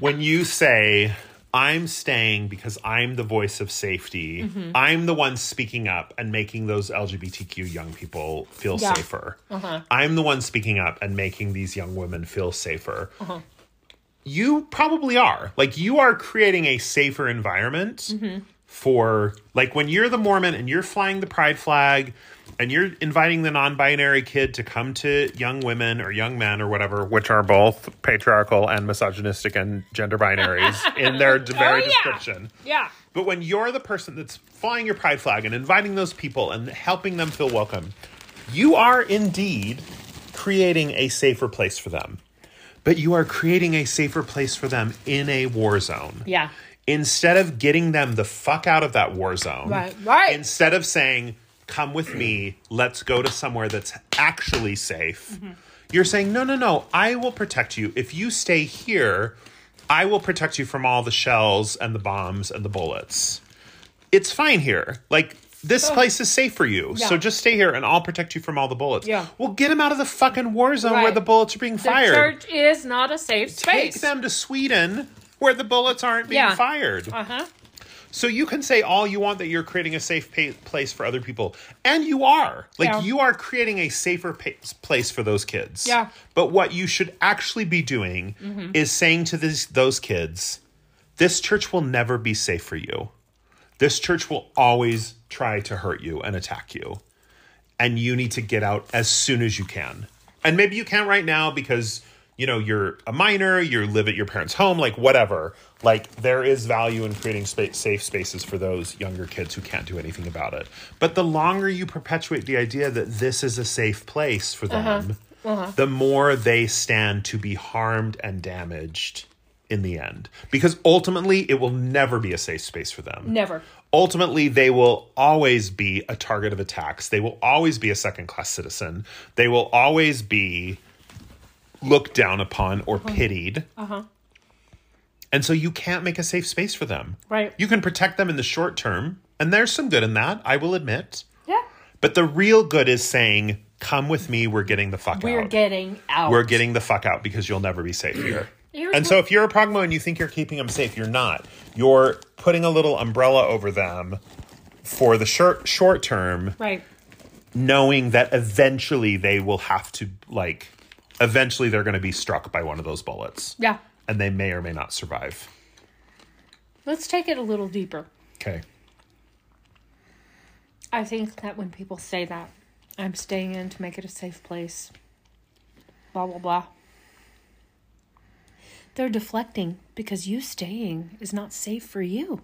when you say, I'm staying because I'm the voice of safety, I'm the one speaking up and making those LGBTQ young people feel
Yeah.
safer. I'm the one speaking up and making these young women feel safer. You probably are. Like, you are creating a safer environment for like when you're the Mormon and you're flying the pride flag and you're inviting the non-binary kid to come to young women or young men or whatever, which are both patriarchal and misogynistic and gender binaries in their d- very
yeah.
description.
Yeah.
But when you're the person that's flying your pride flag and inviting those people and helping them feel welcome, you are indeed creating a safer place for them. But you are creating a safer place for them in a war zone
Yeah.
instead of getting them the fuck out of that war zone,
Right, right.
Instead of saying, "Come with me, let's go to somewhere that's actually safe,"
Mm-hmm.
you're saying, "No, no, no, I will protect you. If you stay here, I will protect you from all the shells and the bombs and the bullets. It's fine here. Like." This place is safe for you, so
Oh. Yeah.
just stay here, and I'll protect you from all the bullets.
Yeah.
Well, get them out of the fucking war zone where
Right.
the bullets are being
The
fired
church is not a safe
take
space.
them to Sweden where the bullets aren't being
Yeah.
fired.
Uh-huh.
So you can say all you want that you're creating a safe pa- place for other people, and you are. Like
Yeah.
you are creating a safer pa- place for those kids.
Yeah. Mm-hmm.
But what you should actually be doing is saying to these those kids, this church will never be safe for you. This church will always try to hurt you and attack you. And you need to get out as soon as you can. And maybe you can't right now because, you know, you're a minor, you live at your parents' home, like whatever. Like there is value in creating spa- safe spaces for those younger kids who can't do anything about it. But the longer you perpetuate the idea that this is a safe place for them, the more they stand to be harmed and damaged in the end because ultimately it will never be a safe space for them
Never.
ultimately they will always be a target of attacks they will always be a second class citizen they will always be looked down upon
Uh-huh.
or pitied and so you can't make a safe space for them
Right.
you can protect them in the short term and there's some good in that i will admit
Yeah.
but the real good is saying come with me we're getting the fuck
We're
out
getting out.
we're getting the fuck out because you'll never be safe here.
Here's
and so if you're a progmo and you think you're keeping them safe, you're not. You're putting a little umbrella over them for the short short term,
right.
knowing that eventually they will have to like eventually they're going to be struck by one of those bullets.
Yeah.
And they may or may not survive.
Let's take it a little deeper.
Okay.
I think that when people say that, I'm staying in to make it a safe place, blah, blah, blah, they're deflecting because you staying is not safe for you.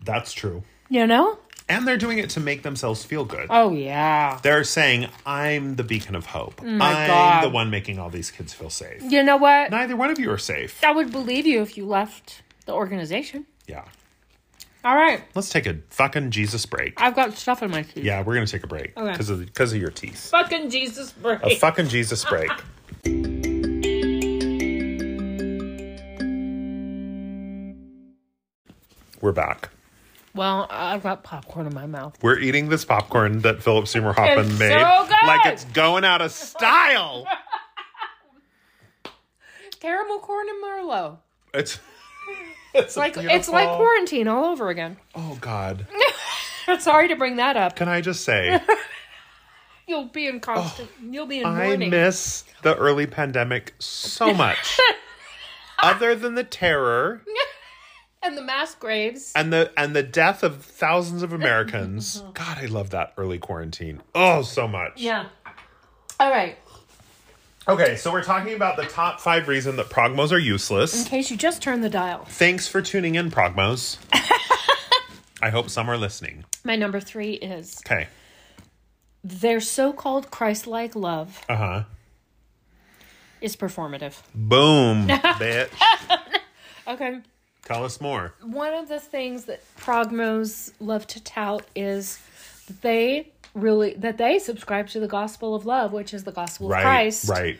That's true.
You know?
And they're doing it to make themselves feel good.
Oh, yeah.
They're saying, I'm the beacon of hope. I'm
Mm. God.
the one making all these kids feel safe.
You know what?
Neither one of you are safe.
I would believe you if you left the organization.
Yeah.
All right,
Let's take a fucking Jesus break.
I've got stuff in my teeth.
Yeah, we're gonna take a break
Okay.
because of because of your teeth.
Fucking Jesus break. *laughs*
A fucking Jesus break. We're back.
Well, I've got popcorn in my mouth.
We're eating this popcorn that Philip Seymour Hoffman
It's so
made.
good!
Like it's going out of
*laughs*
style.
Caramel corn and merlot.
It's it's
Like it's like
we're.
quarantine all over again. *laughs*
Oh God!
Sorry to bring that up.
Can I just
*laughs*
say
You'll be in constant. you'll be in
Oh, I
mourning.
miss the early pandemic so
*laughs*
much. Other than the terror
and the mass graves.
and the and the death of thousands of
*laughs*
Americans, God, I love that early quarantine. Oh, so much.
Yeah. All right.
Okay, so we're talking about the top five reason that progmos are useless.
In case you just turned the dial.
Thanks for tuning in,
*laughs*
progmos. I hope some are listening.
My number three is
Okay.
their so-called Christ-like love
Uh huh.
is performative.
Boom,
*laughs*
bitch.
Okay.
Tell us more.
one of the things that progmos love to tout is that they really that they subscribe to the gospel of love which is the gospel of
Right.
christ
Right.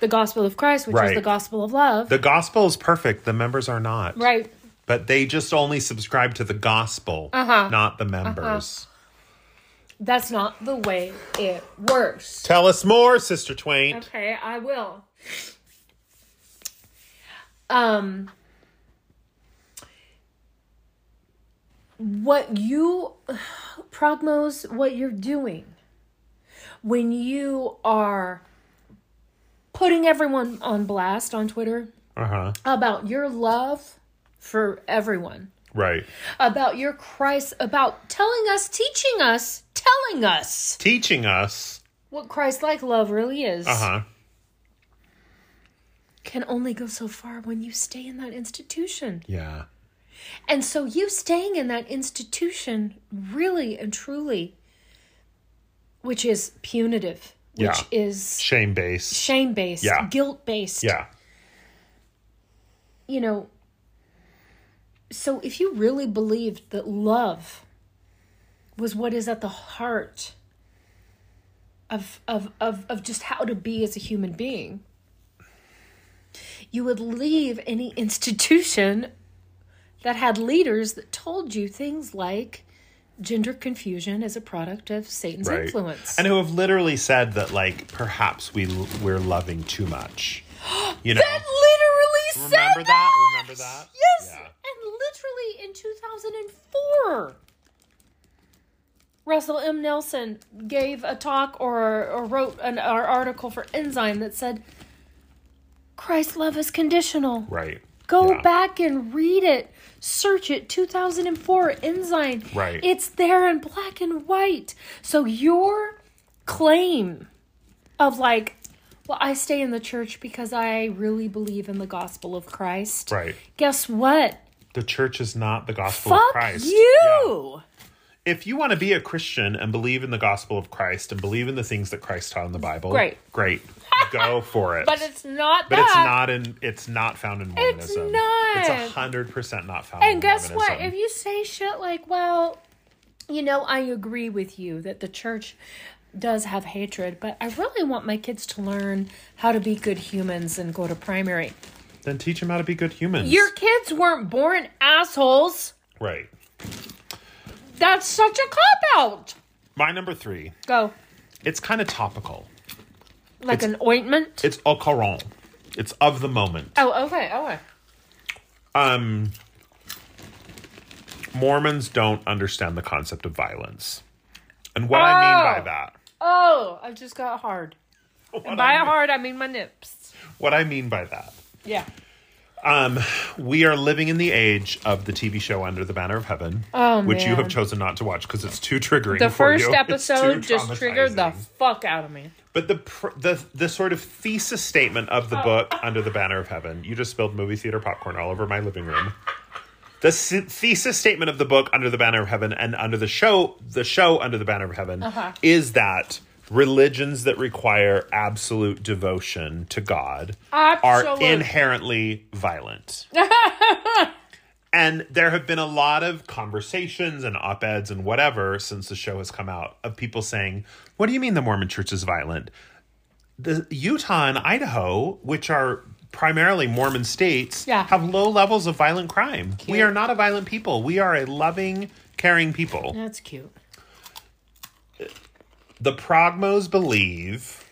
the gospel of christ which
Right.
is the gospel of love
The gospel is perfect. The members are not.
right
But they just only subscribe to the gospel,
Uh-huh.
not the members.
that's not the way it works
Tell us more, Sister Twain.
okay i will um what you *sighs* progmos what you're doing when you are putting everyone on blast on twitter
Uh huh.
about your love for everyone
Right.
about your christ about telling us teaching us telling us
Teaching us.
what christ-like love really is
Uh huh.
can only go so far when you stay in that institution
Yeah.
and so you staying in that institution really and truly which is punitive which
Yeah.
is
Shame based.
shame based,
Yeah.
guilt based.
Yeah.
You know, so if you really believed that love was what is at the heart of of of of just how to be as a human being, you would leave any institution that had leaders that told you things like gender confusion is a product of Satan's
Right.
influence.
And who have literally said that, like, perhaps we we're loving too
*gasps*
much. You know.
that literally said
Remember that? Remember that?
Yes,
Yeah.
and literally in 2004, Russell M. Nelson gave a talk or, or wrote an or article for Enzyme that said, "Christ's love is conditional."
Right.
Go
Yeah.
back and read it. Search it. 2004 Enzyme.
Right.
It's there in black and white. So your claim of like, well, I stay in the church because I really believe in the gospel of Christ.
Right.
Guess what?
The church is not the gospel of
Fuck
Christ. Yeah.
you.
if you want to be a Christian and believe in the gospel of Christ and believe in the things that Christ taught in the Bible,
Great.
great,
*laughs*
go for it.
But it's not
but
that.
it's not in it's not found in Mormonism.
not.
It's hundred percent not found. in
And guess what?
Mormonism.
If you say shit like, well, you know, I agree with you that the church does have hatred, but I really want my kids to learn how to be good humans and go to primary.
then teach them how to be good humans.
Your kids weren't born assholes.
right.
That's such a cop out.
My number three.
Go.
It's kind of topical.
Like an ointment.
It's au courant. It's of the moment.
oh, okay, okay.
Um, Mormons don't understand the concept of violence, and what I mean by
Oh.
that.
Oh, I just got hard. And by hard, I mean my nips.
What I mean by that.
Yeah.
we are living in the age of the TV show Under the Banner of Heaven,
Oh,
which you
man.
have chosen not to watch because it's too triggering.
The
for
first
you. *laughs* It's too
episode just triggered the
traumatizing.
fuck out of me.
But the pr- the the sort of thesis statement of the book Under the Banner of Heaven. You just spilled movie theater popcorn all over my living room. The s- thesis statement of the book Under the Banner of Heaven and under the show the show Under the Banner of Heaven is that religions that require absolute devotion to God
Absolute.
are inherently violent. and there have been a lot of conversations and op eds and whatever since the show has come out of people saying, What do you mean the Mormon church is violent? The Utah and Idaho, which are primarily Mormon states
Yeah.
have low levels of violent crime. We are not a violent people. We are a loving, caring people.
That's cute.
The Progmos believe,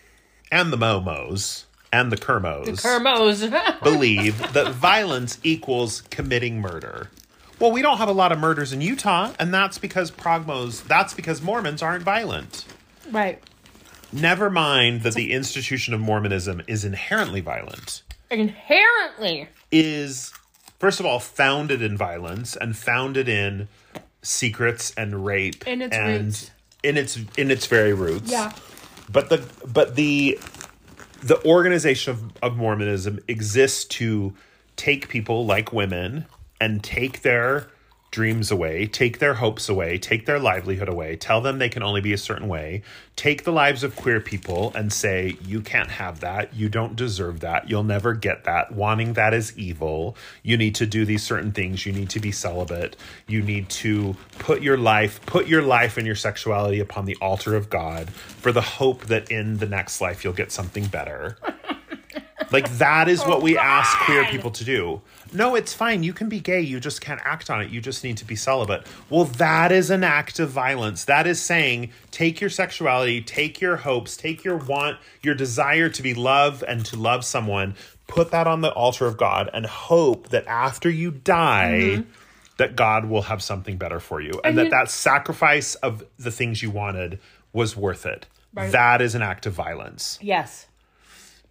and the Momos, and the Kermos.
Kermos.
believe that violence equals committing murder. Well, we don't have a lot of murders in Utah, and that's because progmos, that's because Mormons aren't violent.
*laughs* right.
Never mind that the institution of Mormonism is inherently violent.
Inherently.
Is first of all founded in violence and founded in secrets and rape
In its
and
roots.
in its in its very roots
Yeah.
but the but the the organization of, of mormonism exists to take people like women and take their dreams away take their hopes away take their livelihood away tell them they can only be a certain way take the lives of queer people and say you can't have that you don't deserve that you'll never get that wanting that is evil you need to do these certain things you need to be celibate you need to put your life put your life and your sexuality upon the altar of god for the hope that in the next life you'll get something better like that is what we ask queer people to do. No, it's fine. You can be gay. You just can't act on it. You just need to be celibate. Well, that is an act of violence. That is saying take your sexuality, take your hopes, take your want, your desire to be loved and to love someone, put that on the altar of God and hope that after you die that God will have something better for you and, that
you-
that sacrifice of the things you wanted was worth it. That is an act of violence
Yes.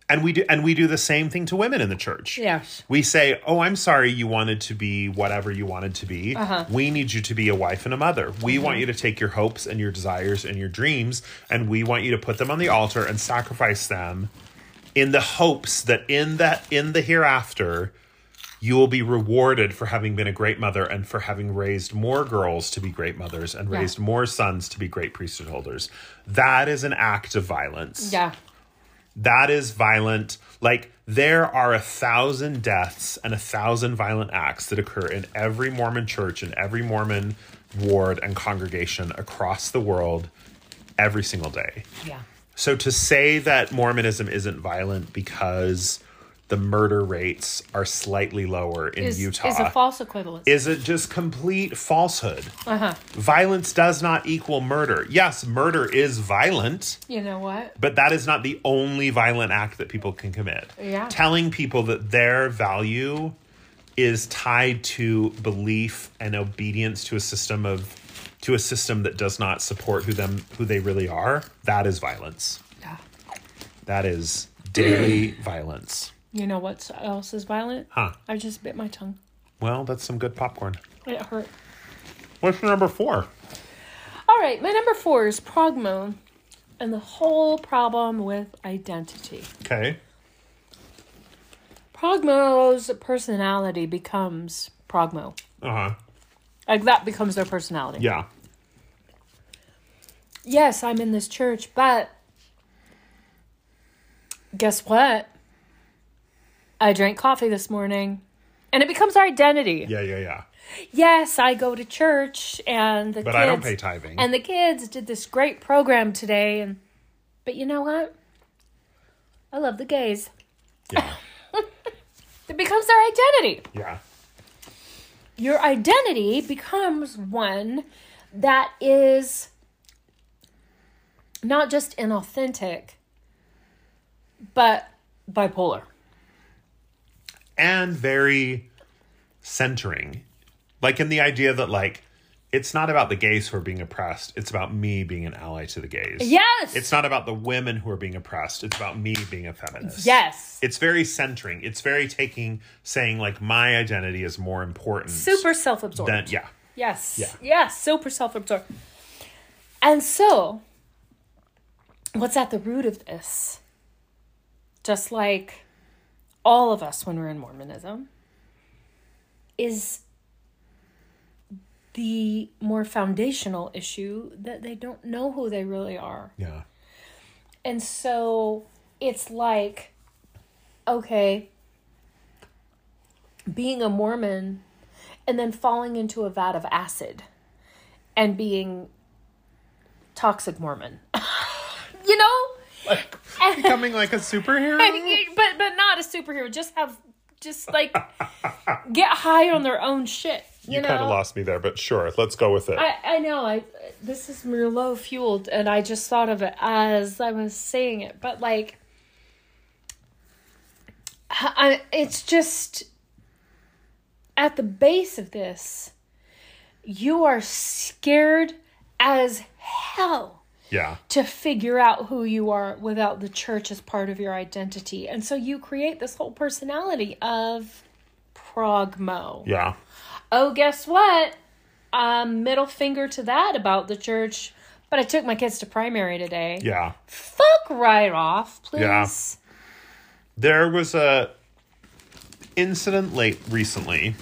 and we do and we do the same thing to women in the church.
Yes.
We say, "Oh, I'm sorry you wanted to be whatever you wanted to be.
Uh-huh.
We need you to be a wife and a mother.
Mm-hmm.
We want you to take your hopes and your desires and your dreams and we want you to put them on the altar and sacrifice them in the hopes that in that in the hereafter you will be rewarded for having been a great mother and for having raised more girls to be great mothers and raised more sons to be great priesthood holders. That is an act of violence
Yeah.
that is violent. Like there are a thousand deaths and a thousand violent acts that occur in every Mormon church and every Mormon ward and congregation across the world every single day.
Yeah.
So to say that Mormonism isn't violent because the murder rates are slightly lower in
Is,
Utah
is a false equivalence. Uh-huh.
is it just complete falsehood? Violence does not equal murder. Yes, murder is violent.
you know what?
But that is not the only violent act that people can commit.
Yeah.
Telling people that their value is tied to belief and obedience to a system of to a system that does not support who them who they really are, that is violence.
Yeah.
That is daily violence.
You know what else is violent?
Huh.
I just bit my tongue.
Well, that's some good popcorn.
It hurt.
What's your number four?
All right, my number four is progmo and the whole problem with identity.
Okay.
Progmo's personality becomes progmo.
Uh-huh.
Like that becomes their personality.
Yeah.
Yes, I'm in this church, but guess what? I drank coffee this morning and it becomes our identity.
Yeah, yeah, yeah.
Yes, I go to church and the
But
kids
I don't pay tithing.
and the kids did this great program today and but you know what? I love the gays.
yeah.
*laughs* It becomes their identity.
Yeah.
your identity becomes one that is not just inauthentic, but bipolar.
and very centering. Like in the idea that like it's not about the gays who are being oppressed, it's about me being an ally to the gays.
Yes.
It's not about the women who are being oppressed, it's about me being a feminist.
yes.
It's very centering. It's very taking saying like my identity is more important
Super self absorbed.
than yeah.
Yes.
Yeah.
Yes. Super self absorbed. And so, what's at the root of this? Just like all of us when we're in Mormonism, is the more foundational issue that they don't know who they really are.
Yeah.
And so it's like, okay, being a Mormon and then falling into a vat of acid *laughs* and being toxic Mormon. you know? *laughs*
becoming like a superhero.
but but not a superhero. Just have just like get high on their own shit. You,
You
know.
kind of lost me there, but sure, let's go with it.
I, I know. I this is Merlot fueled, and I just thought of it as I was saying it. But like, I, it's just at the base of this, you are scared as hell
yeah.
to figure out who you are without the church as part of your identity, and so you create this whole personality of progmo
Yeah.
oh, guess what? Um, middle finger to that about the church. But I took my kids to primary today.
Yeah.
Fuck right off, please.
Yeah. There was a incident late recently.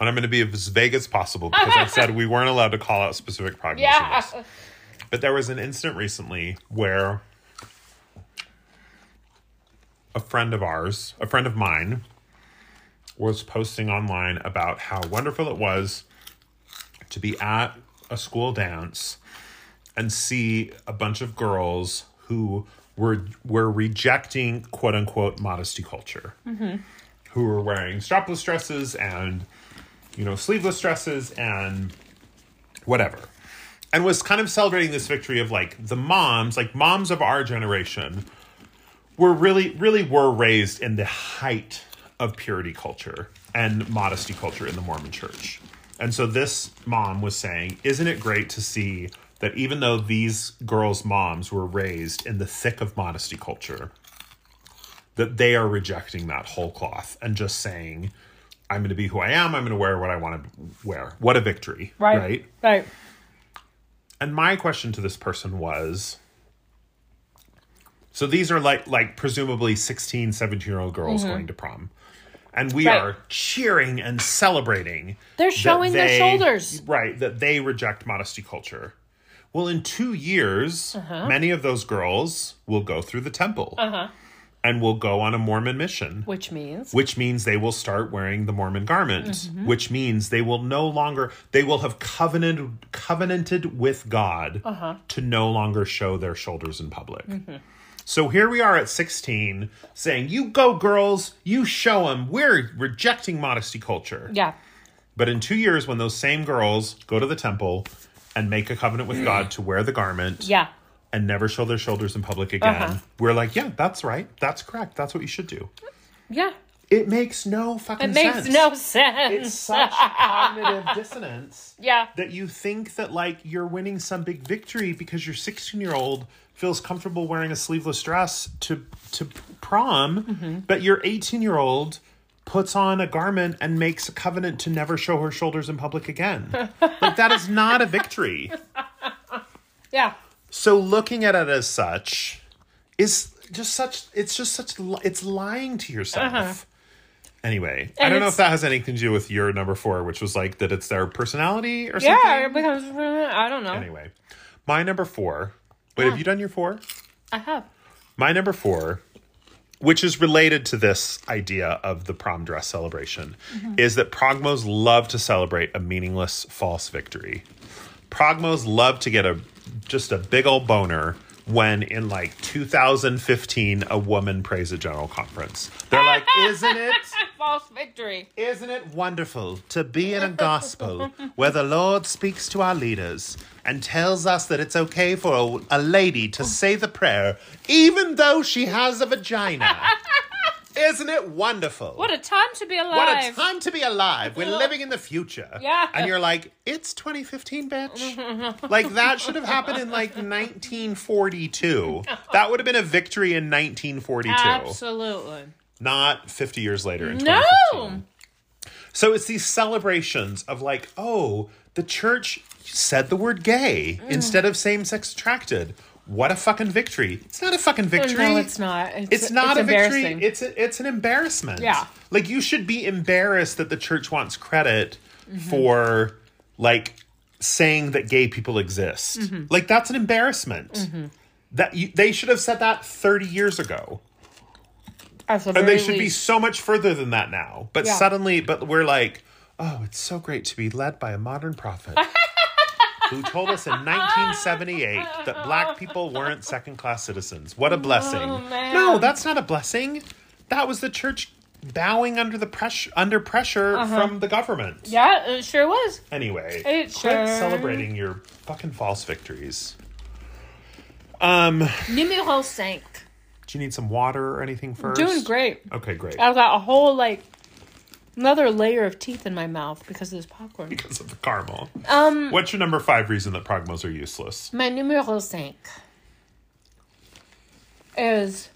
And I'm going to be as vague as possible because I said we weren't allowed to call out specific prognosis.
Yeah.
But there was an incident recently where a friend of ours, a friend of mine, was posting online about how wonderful it was to be at a school dance and see a bunch of girls who were were rejecting quote unquote modesty culture, who were wearing strapless dresses and you know sleeveless dresses and whatever and was kind of celebrating this victory of like the moms, like moms of our generation, were really, really were raised in the height of purity culture and modesty culture in the Mormon church. And so this mom was saying, Isn't it great to see that even though these girls' moms were raised in the thick of modesty culture, that they are rejecting that whole cloth and just saying, I'm going to be who I am. I'm going to wear what I want to wear. What a victory.
*laughs* Right.
Right.
Right.
And my question to this person was so these are like like presumably 16, 17 year old girls going to prom. And we
Mm-hmm. Right.
are cheering and celebrating.
They're
that
showing their shoulders.
Right, that they reject modesty culture. Well, in two years,
Uh-huh.
many of those girls will go through the temple and will go on a Mormon mission
Which means
which means they will start wearing the Mormon garment,
Mm-hmm.
which means they will no longer they will have covenanted covenanted with God
Uh-huh.
to no longer show their shoulders in public.
Mm-hmm.
So here we are at 16 saying, "You go girls, you show them. We're rejecting modesty culture."
yeah.
But in 2 years when those same girls go to the temple and make a covenant with God to wear the garment
Yeah.
and never show their shoulders in public again,
Uh-huh.
we're like, "Yeah, that's right. That's correct. That's what you should do."
Yeah.
It makes no
It
fucking
makes
sense.
no sense.
It's such cognitive dissonance
yeah.
that you think that like you're winning some big victory because your 16 year old feels comfortable wearing a sleeveless dress to to prom, but your 18 year old puts on a garment and makes a covenant to never show her shoulders in public again. like that is not a victory.
Yeah.
So looking at it as such is just such it's just such li- it's lying to yourself. Anyway, I
Uh-huh. And
don't know
it's-
if that has anything to do with your number 4 which was like that it's their personality or
Yeah. It
something.
becomes I don't know.
Anyway, my number 4. Wait, have you done your 4?
I have. *laughs*
My number 4 which is related to this idea of the prom dress celebration is that progmos love to celebrate a meaningless false victory progmos love to get a just a big old boner when in like 2015 a woman prays at general conference they're like isn't it
False victory. *laughs*
isn't it wonderful to be in a gospel where the lord speaks to our leaders and tells us that it's okay for a, a lady to say the prayer even though she has a
*laughs*
vagina isn't it wonderful
What a time to be alive.
what a time to be alive.
*laughs*
We're living in the future.
Yeah.
And you're like, it's 2015,
*laughs*
bitch. like, that should have happened in like
*laughs*
1942. That would have been a victory in 1942,
Absolutely.
not 50 years later in
No.
2015. So it's these celebrations of like, oh, the church said the word gay
Mm.
instead of same sex attracted. What a fucking victory. It's not a fucking victory
No, it's not. It's,
it's not a
embarrassing.
victory. It's a, it's an embarrassment.
Yeah.
like you should be embarrassed that the church wants credit
Mm-hmm.
for like saying that gay people exist.
Mm-hmm.
Like that's an embarrassment. That you, they should have said that thirty years ago,
At the
and
very
they should be
least.
so much further than that now. But
Yeah. *laughs*
suddenly, but we're like, oh, it's so great to be led by a modern prophet. who told us in 1978 that black people weren't second class citizens. What a blessing.
Oh, man.
No, that's not a blessing. That was the church bowing under the pressure under pressure from the government.
Uh-huh. Yeah, it sure was.
Anyway,
It
quit
sure-
celebrating your fucking false victories.
Numero cinq.
Do you need some water or anything first?
Doing great.
Okay, great.
I've got a whole like another layer of teeth in my mouth because of this popcorn.
Because of the caramel. What's your number five reason that progmos are useless?
My numero cinq is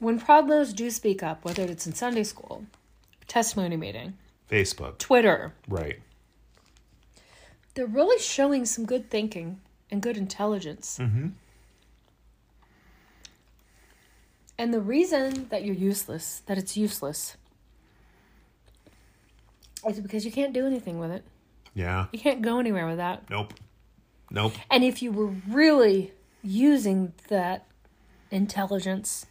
when prognos do speak up, whether it's in Sunday school, testimony meeting,
Facebook.
Twitter,
Right.
they're really showing some good thinking and good intelligence. Mm-hmm. And the reason that you're useless, that it's useless, is because you can't do anything with it.
Yeah.
You can't go anywhere with that.
Nope. Nope.
And if you were really using that intelligence,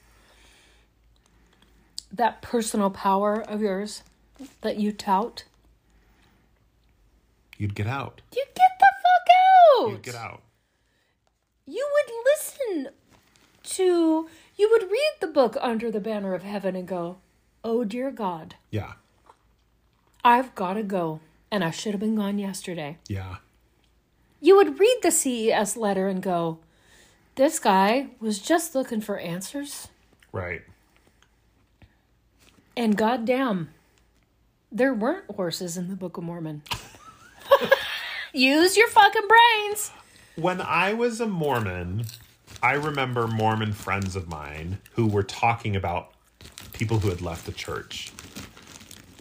that personal power of yours that you tout,
You'd get out.
you get the fuck out.
You'd get out.
you would listen to you would read the book under the banner of heaven and go oh dear god
Yeah.
i've got to go and i should have been gone yesterday
Yeah.
you would read the ces letter and go this guy was just looking for answers
Right.
and goddamn there weren't horses in the book of mormon *laughs* use your fucking brains
When I was a Mormon, I remember Mormon friends of mine who were talking about people who had left the church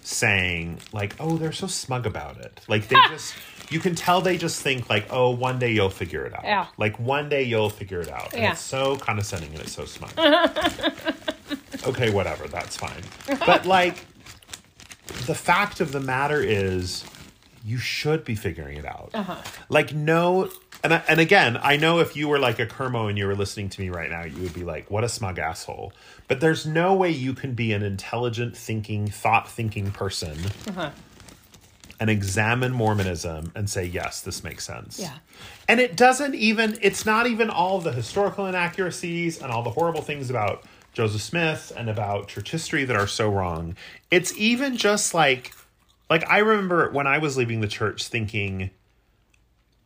saying like oh they're so smug about it like they just you can tell they just think like oh one day you'll figure it out
Yeah.
like one day you'll figure it out and
Yeah.
it's so condescending and it's so
*laughs*
smug okay whatever that's fine but like the fact of the matter is you should be figuring it out like no and, I, and again i know if you were like a kermo and you were listening to me right now you would be like what a smug asshole but there's no way you can be an intelligent thinking thought thinking person and examine mormonism and say yes this makes sense
Yeah.
and it doesn't even it's not even all the historical inaccuracies and all the horrible things about joseph smith and about church history that are so wrong it's even just like like i remember when i was leaving the church thinking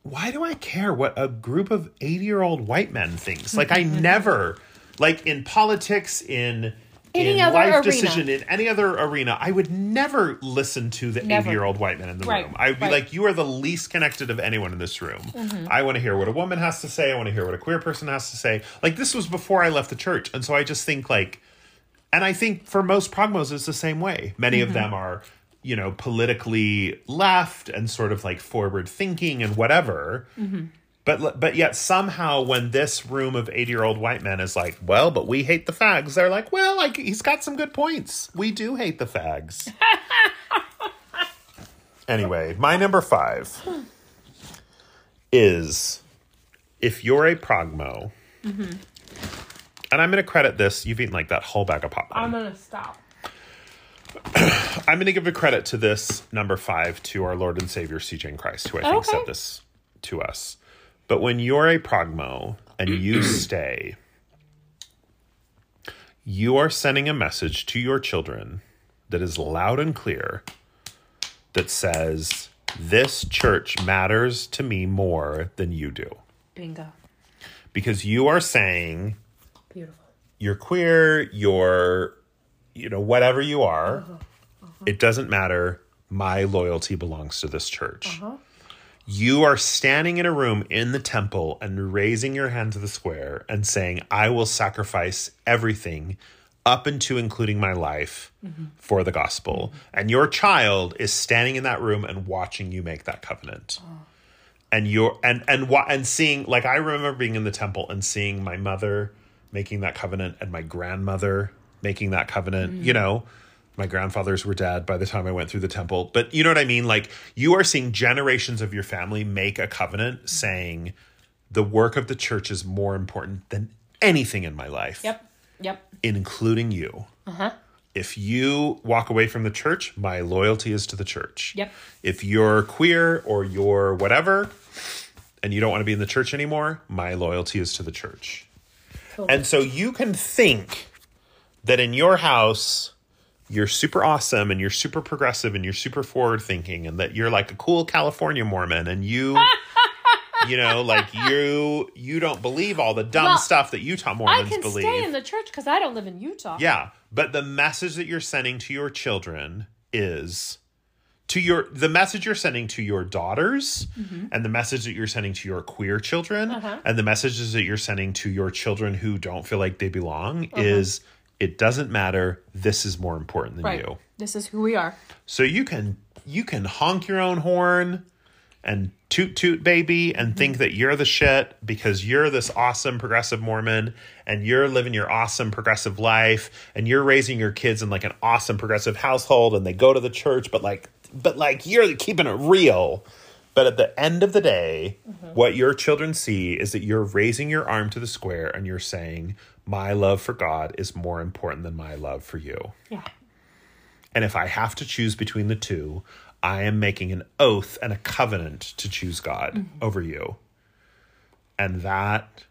why do I care what a group of 80 year old white men thinks? Like, I
Mm-hmm.
never, like in politics, in
Any
in
other
life
arena.
decision, in any other arena, I would never listen to the 80
Never.
year old white men in the
Right,
room. I would be
right. Mm-hmm.
like, you are the least connected of anyone in this room. I want to hear what a woman has to say. I want to hear what a queer person has to say. Like, this was before I left the church. And so I just think, like, and I think for most progmos, it's the same way. Many
Mm-hmm.
of them are, you know, politically left and sort of like forward thinking and whatever.
Mm-hmm.
But but yet somehow when this room of eighty year old white men is like, well, but we hate the fags. They're like, well, like he's got some good points. We do hate the fags. anyway, my number five is if you're a progmo. And I'm going to credit this. You've eaten like that whole bag of popcorn.
gonna stop
I'm going to give a credit to this number five to our Lord and Savior CJ Christ, who I think
Okay.
said this to us. But when you're a progmo and you stay, you are sending a message to your children that is loud and clear that says, This church matters to me more than you do.
bingo
Because you are saying,
beautiful
you're queer, you're, you know, whatever you are, it doesn't matter. My loyalty belongs to this church. You are standing in a room in the temple and raising your hand to the square and saying, I will sacrifice everything up into including my life for the gospel. And your child is standing in that room and watching you make that covenant and you're and and what and seeing like I remember being in the temple and seeing my mother making that covenant and my grandmother making that covenant. You know, my grandfathers were dead by the time I went through the temple, but you know what I mean. Like you are seeing generations of your family make a covenant saying the work of the church is more important than anything in my life
yep yep Uh-huh.
including you. if you walk away from the church, my loyalty is to the church.
Yep.
If you're queer or you're whatever and you don't want to be in the church anymore, my loyalty is to the church. And so you can think that in your house, you're super awesome and you're super progressive and you're super forward thinking and that you're like a cool California Mormon and
*laughs*
you. You know, like you, you don't believe all the dumb
Well,
stuff that Utah
I
Mormons
can
believe.
stay in the church because I don't live in Utah.
Yeah, but the message that you're sending to your children is to your the message you're sending to your daughters and the message that you're sending to your queer children and the messages that you're sending to your children who don't feel like they belong is it doesn't matter this is more important than
right.
you.
This is who we are.
So you can you can honk your own horn and toot toot baby and think that you're the shit because you're this awesome progressive Mormon and you're living your awesome progressive life and you're raising your kids in like an awesome progressive household and they go to the church but like but like you're keeping it real. But at the end of the day, what your children see is that you're raising your arm to the square and you're saying, "My love for God is more important than my love for you."
Yeah.
And if I have to choose between the two, I am making an oath and a covenant to choose God
Mm-hmm.
over you. And that,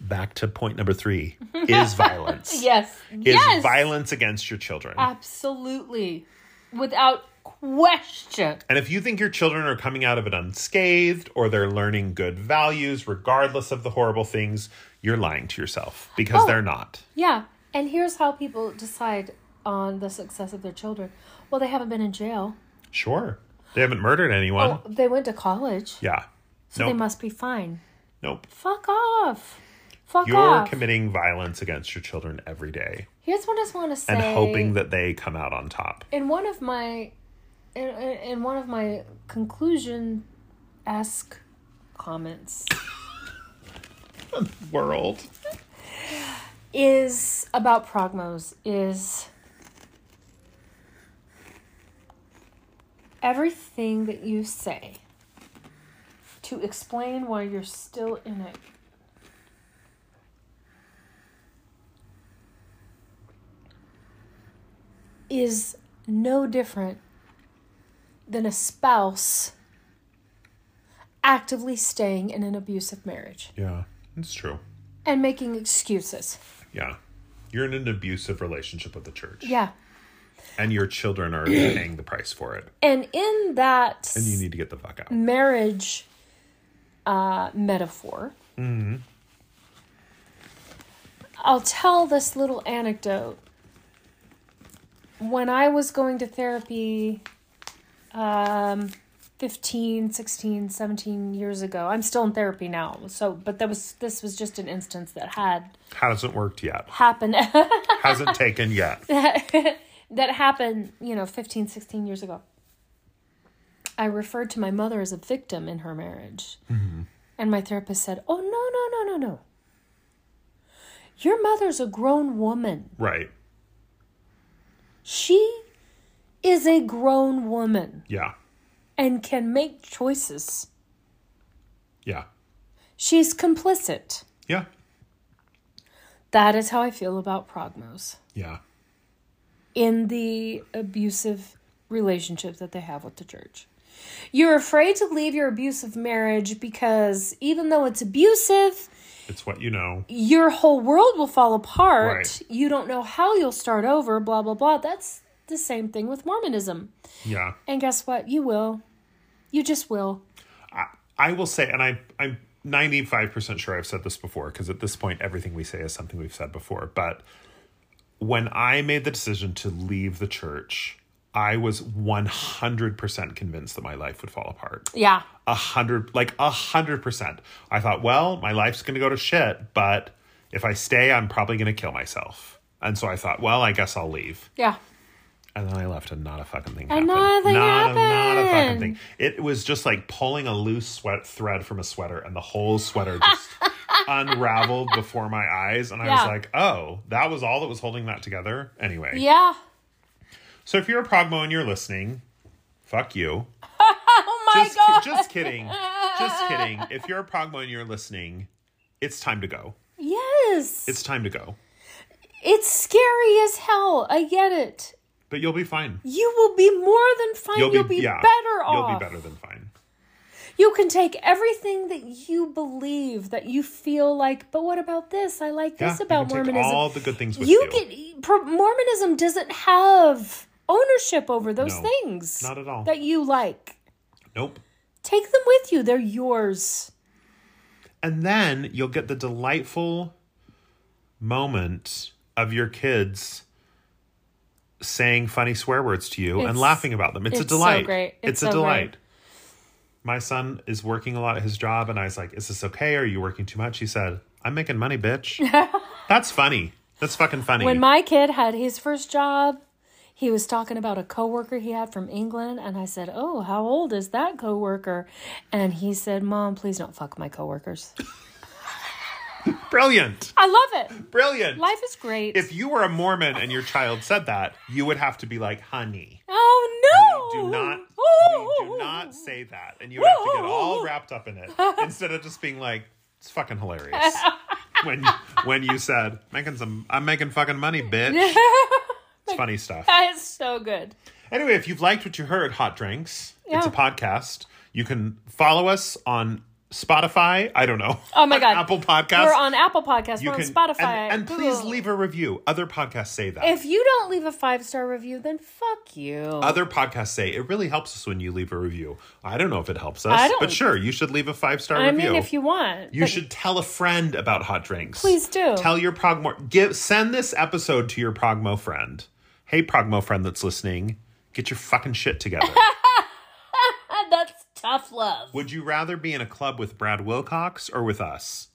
back to point number three, is violence.
Mm-hmm. *laughs* Yes.
Is
yes. Uh,
violence against your children.
Absolutely. Without question.
and if you think your children are coming out of it unscathed or they're learning good values, regardless of the horrible things, you're lying to yourself because
Oh.
they're not.
Yeah. And here's how people decide on the success of their children. Well, they haven't been in jail.
Sure. They haven't murdered anyone.
Oh, they went to college.
Yeah.
So they
nope.
must be fine.
nope.
Fuck off. Fuck
You're
off.
committing violence against your children every day.
Here's what I just want to say.
and hoping that they come out on top.
in one of my in, in in one of my conclusion esque comments
World.
is about progmos is everything that you say to explain why you're still in it is no different than a spouse actively staying in an abusive marriage
Yeah, it's true.
and making excuses.
Yeah. You're in an abusive relationship with the church,
Yeah.
and your children
*clears throat*
are paying the price for it,
And in that
and you need to get the fuck out.
marriage uh, metaphor,
Mm-hmm.
I'll tell this little anecdote. When I was going to therapy um, 15, 16, 17 years ago, I'm still in therapy now. So, but that was this was just an instance that had
Hasn't worked
*laughs*
yet.
happened
Hasn't taken
*laughs*
yet.
that happened, you know, 15, 16 years ago. I referred to my mother as a victim in her marriage. And my therapist said, Oh, no, no, no, no, no. Your mother's a grown woman.
Right.
She is a grown woman
Yeah.
and can make choices.
Yeah.
She's complicit.
Yeah.
That is how I feel about progmos
Yeah.
in the abusive relationship that they have with the church. You're afraid to leave your abusive marriage because even though it's abusive,
It's what you know.
your whole world will fall apart.
Right.
You don't know how you'll start over, blah, blah, blah. That's the same thing with Mormonism.
Yeah.
And guess what? You will. You just will.
I, I will say, and I, I'm 95% sure I've said this before, because at this point, everything we say is something we've said before. But when I made the decision to leave the church, I was 100% convinced that my life would fall apart.
Yeah.
A hundred, like a hundred percent. I thought, well, my life's going to go to shit, but if I stay, I'm probably going to kill myself. And so I thought, well, I guess I'll leave.
Yeah.
And then I left, and not a fucking thing
And
happened.
nothing
not, A, not a fucking
happened.
thing. It was just like pulling a loose sweat thread from a sweater, and the whole sweater just unraveled before my eyes. And I
Yeah.
was like, oh, that was all that was holding that together. Anyway,
Yeah.
so if you're a progmo and you're listening, fuck you.
Oh my
just, ki-
God.
just kidding. Just kidding. If you're a progmo and you're listening, it's time to go.
Yes.
It's time to go.
It's scary as hell. I get it.
But you'll be fine.
You will be more than fine. You'll be,
yeah,
better off.
You'll be better than fine.
You can take everything that you believe that you feel like, but what about this? I like
Yeah,
this
you
about
can take
Mormonism.
all the good things with
you
you.
get pro- Mormonism doesn't have ownership over those
No,
things.
not at all.
That you like.
Nope.
Take them with you. They're yours.
And then you'll get the delightful moment of your kids saying funny swear words to you and
It's-
laughing about them. It's, a
it's so
delight.
great.
It's,
It's
a
so
delight.
great.
My son is working a lot at his job, and I was like, Is this okay? Are you working too much? He said, I'm making money,
*laughs*
bitch. That's funny. That's fucking funny.
When my kid had his first job, he was talking about a coworker he had from England, and I said, "Oh, how old is that coworker?" And he said, "Mom, please don't fuck my coworkers."
Brilliant.
I love it.
Brilliant.
Life is great.
if you were a Mormon and your child said that, you would have to be like, honey.
oh no!
do not we do
*laughs*
not say that and you would have to get all wrapped up in it instead of just being like it's fucking hilarious when when you said making some i'm making fucking money bitch it's
*laughs*
funny stuff
That is so good.
anyway if you've liked what you heard hot drinks it's a
Yeah.
podcast you can follow us on spotify i don't know
Oh my God.
apple podcast
We're on Apple Podcasts.
you
We're on
can-
Spotify.
and, and please
Google.
leave a review other podcasts say that
If you don't leave a five star review, then fuck you.
other podcasts say it really helps us when you leave a review. I don't know if it helps
I
us,
don't-
but sure, you should leave a five star
I
review.
mean, if you want,
You
*laughs* but
should tell a friend about hot drinks.
Please do.
Tell your progmo. Give send this episode to your progmo friend. Hey, progmo friend that's listening, get your fucking shit
*laughs*
together.
That's tough love.
Would you rather be in a club with Brad Wilcox or with us?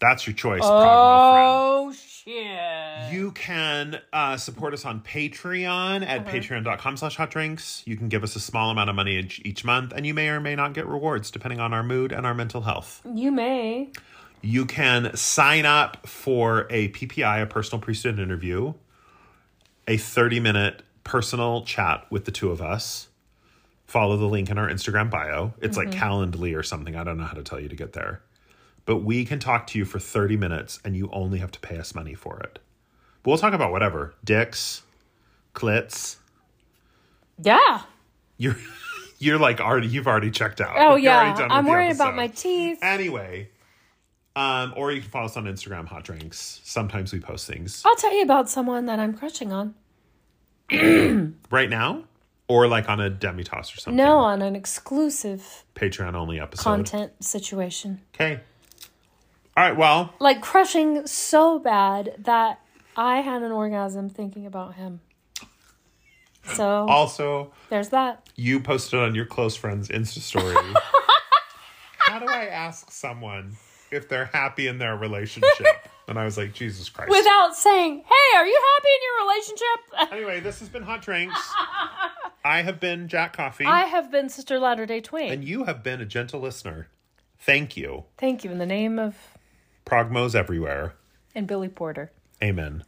That's your choice, progmo friend.
Oh shit!
You can uh, support us on Patreon at patreon.com slash hot drinks. You can give us a small amount of money each, each month, and you may or may not get rewards depending on our mood and our mental health.
You may.
You can sign up for a PPI, a personal priesthood interview, a 30 minute personal chat with the two of us. Follow the link in our Instagram bio. It's
Mm-hmm.
like Calendly or something. I don't know how to tell you to get there. But we can talk to you for 30 minutes and you only have to pay us money for it. We'll talk about whatever dicks, clits.
Yeah.
You're, *laughs* you're like already, you've already checked out.
Oh
You're already
yeah.
done with
I'm
the
worried about
episode.
my teeth.
Anyway, um, or you can follow us on Instagram, Hot Drinks. Sometimes we post things
I'll tell you about someone that I'm crushing on.
right now, or like on a demi toss or something.
No, on an exclusive
Patreon only episode.
content situation.
Okay. All right. Well,
Like crushing so bad that I had an orgasm thinking about him. So
also,
there's that.
you posted on your close friend's Insta
*laughs*
story. How do I ask someone if they're happy in their relationship?
*laughs*
And I was like, Jesus Christ.
Without saying, "Hey, are you happy in
*laughs*
your relationship?"
anyway, this has been Hot
*laughs*
Drinks. I have been Jack Coffee,
I have been Sister Latter Day Twain.
and you have been a gentle listener. Thank you.
Thank you in the name of
Progmos everywhere.
and Billy Porter.
Amen.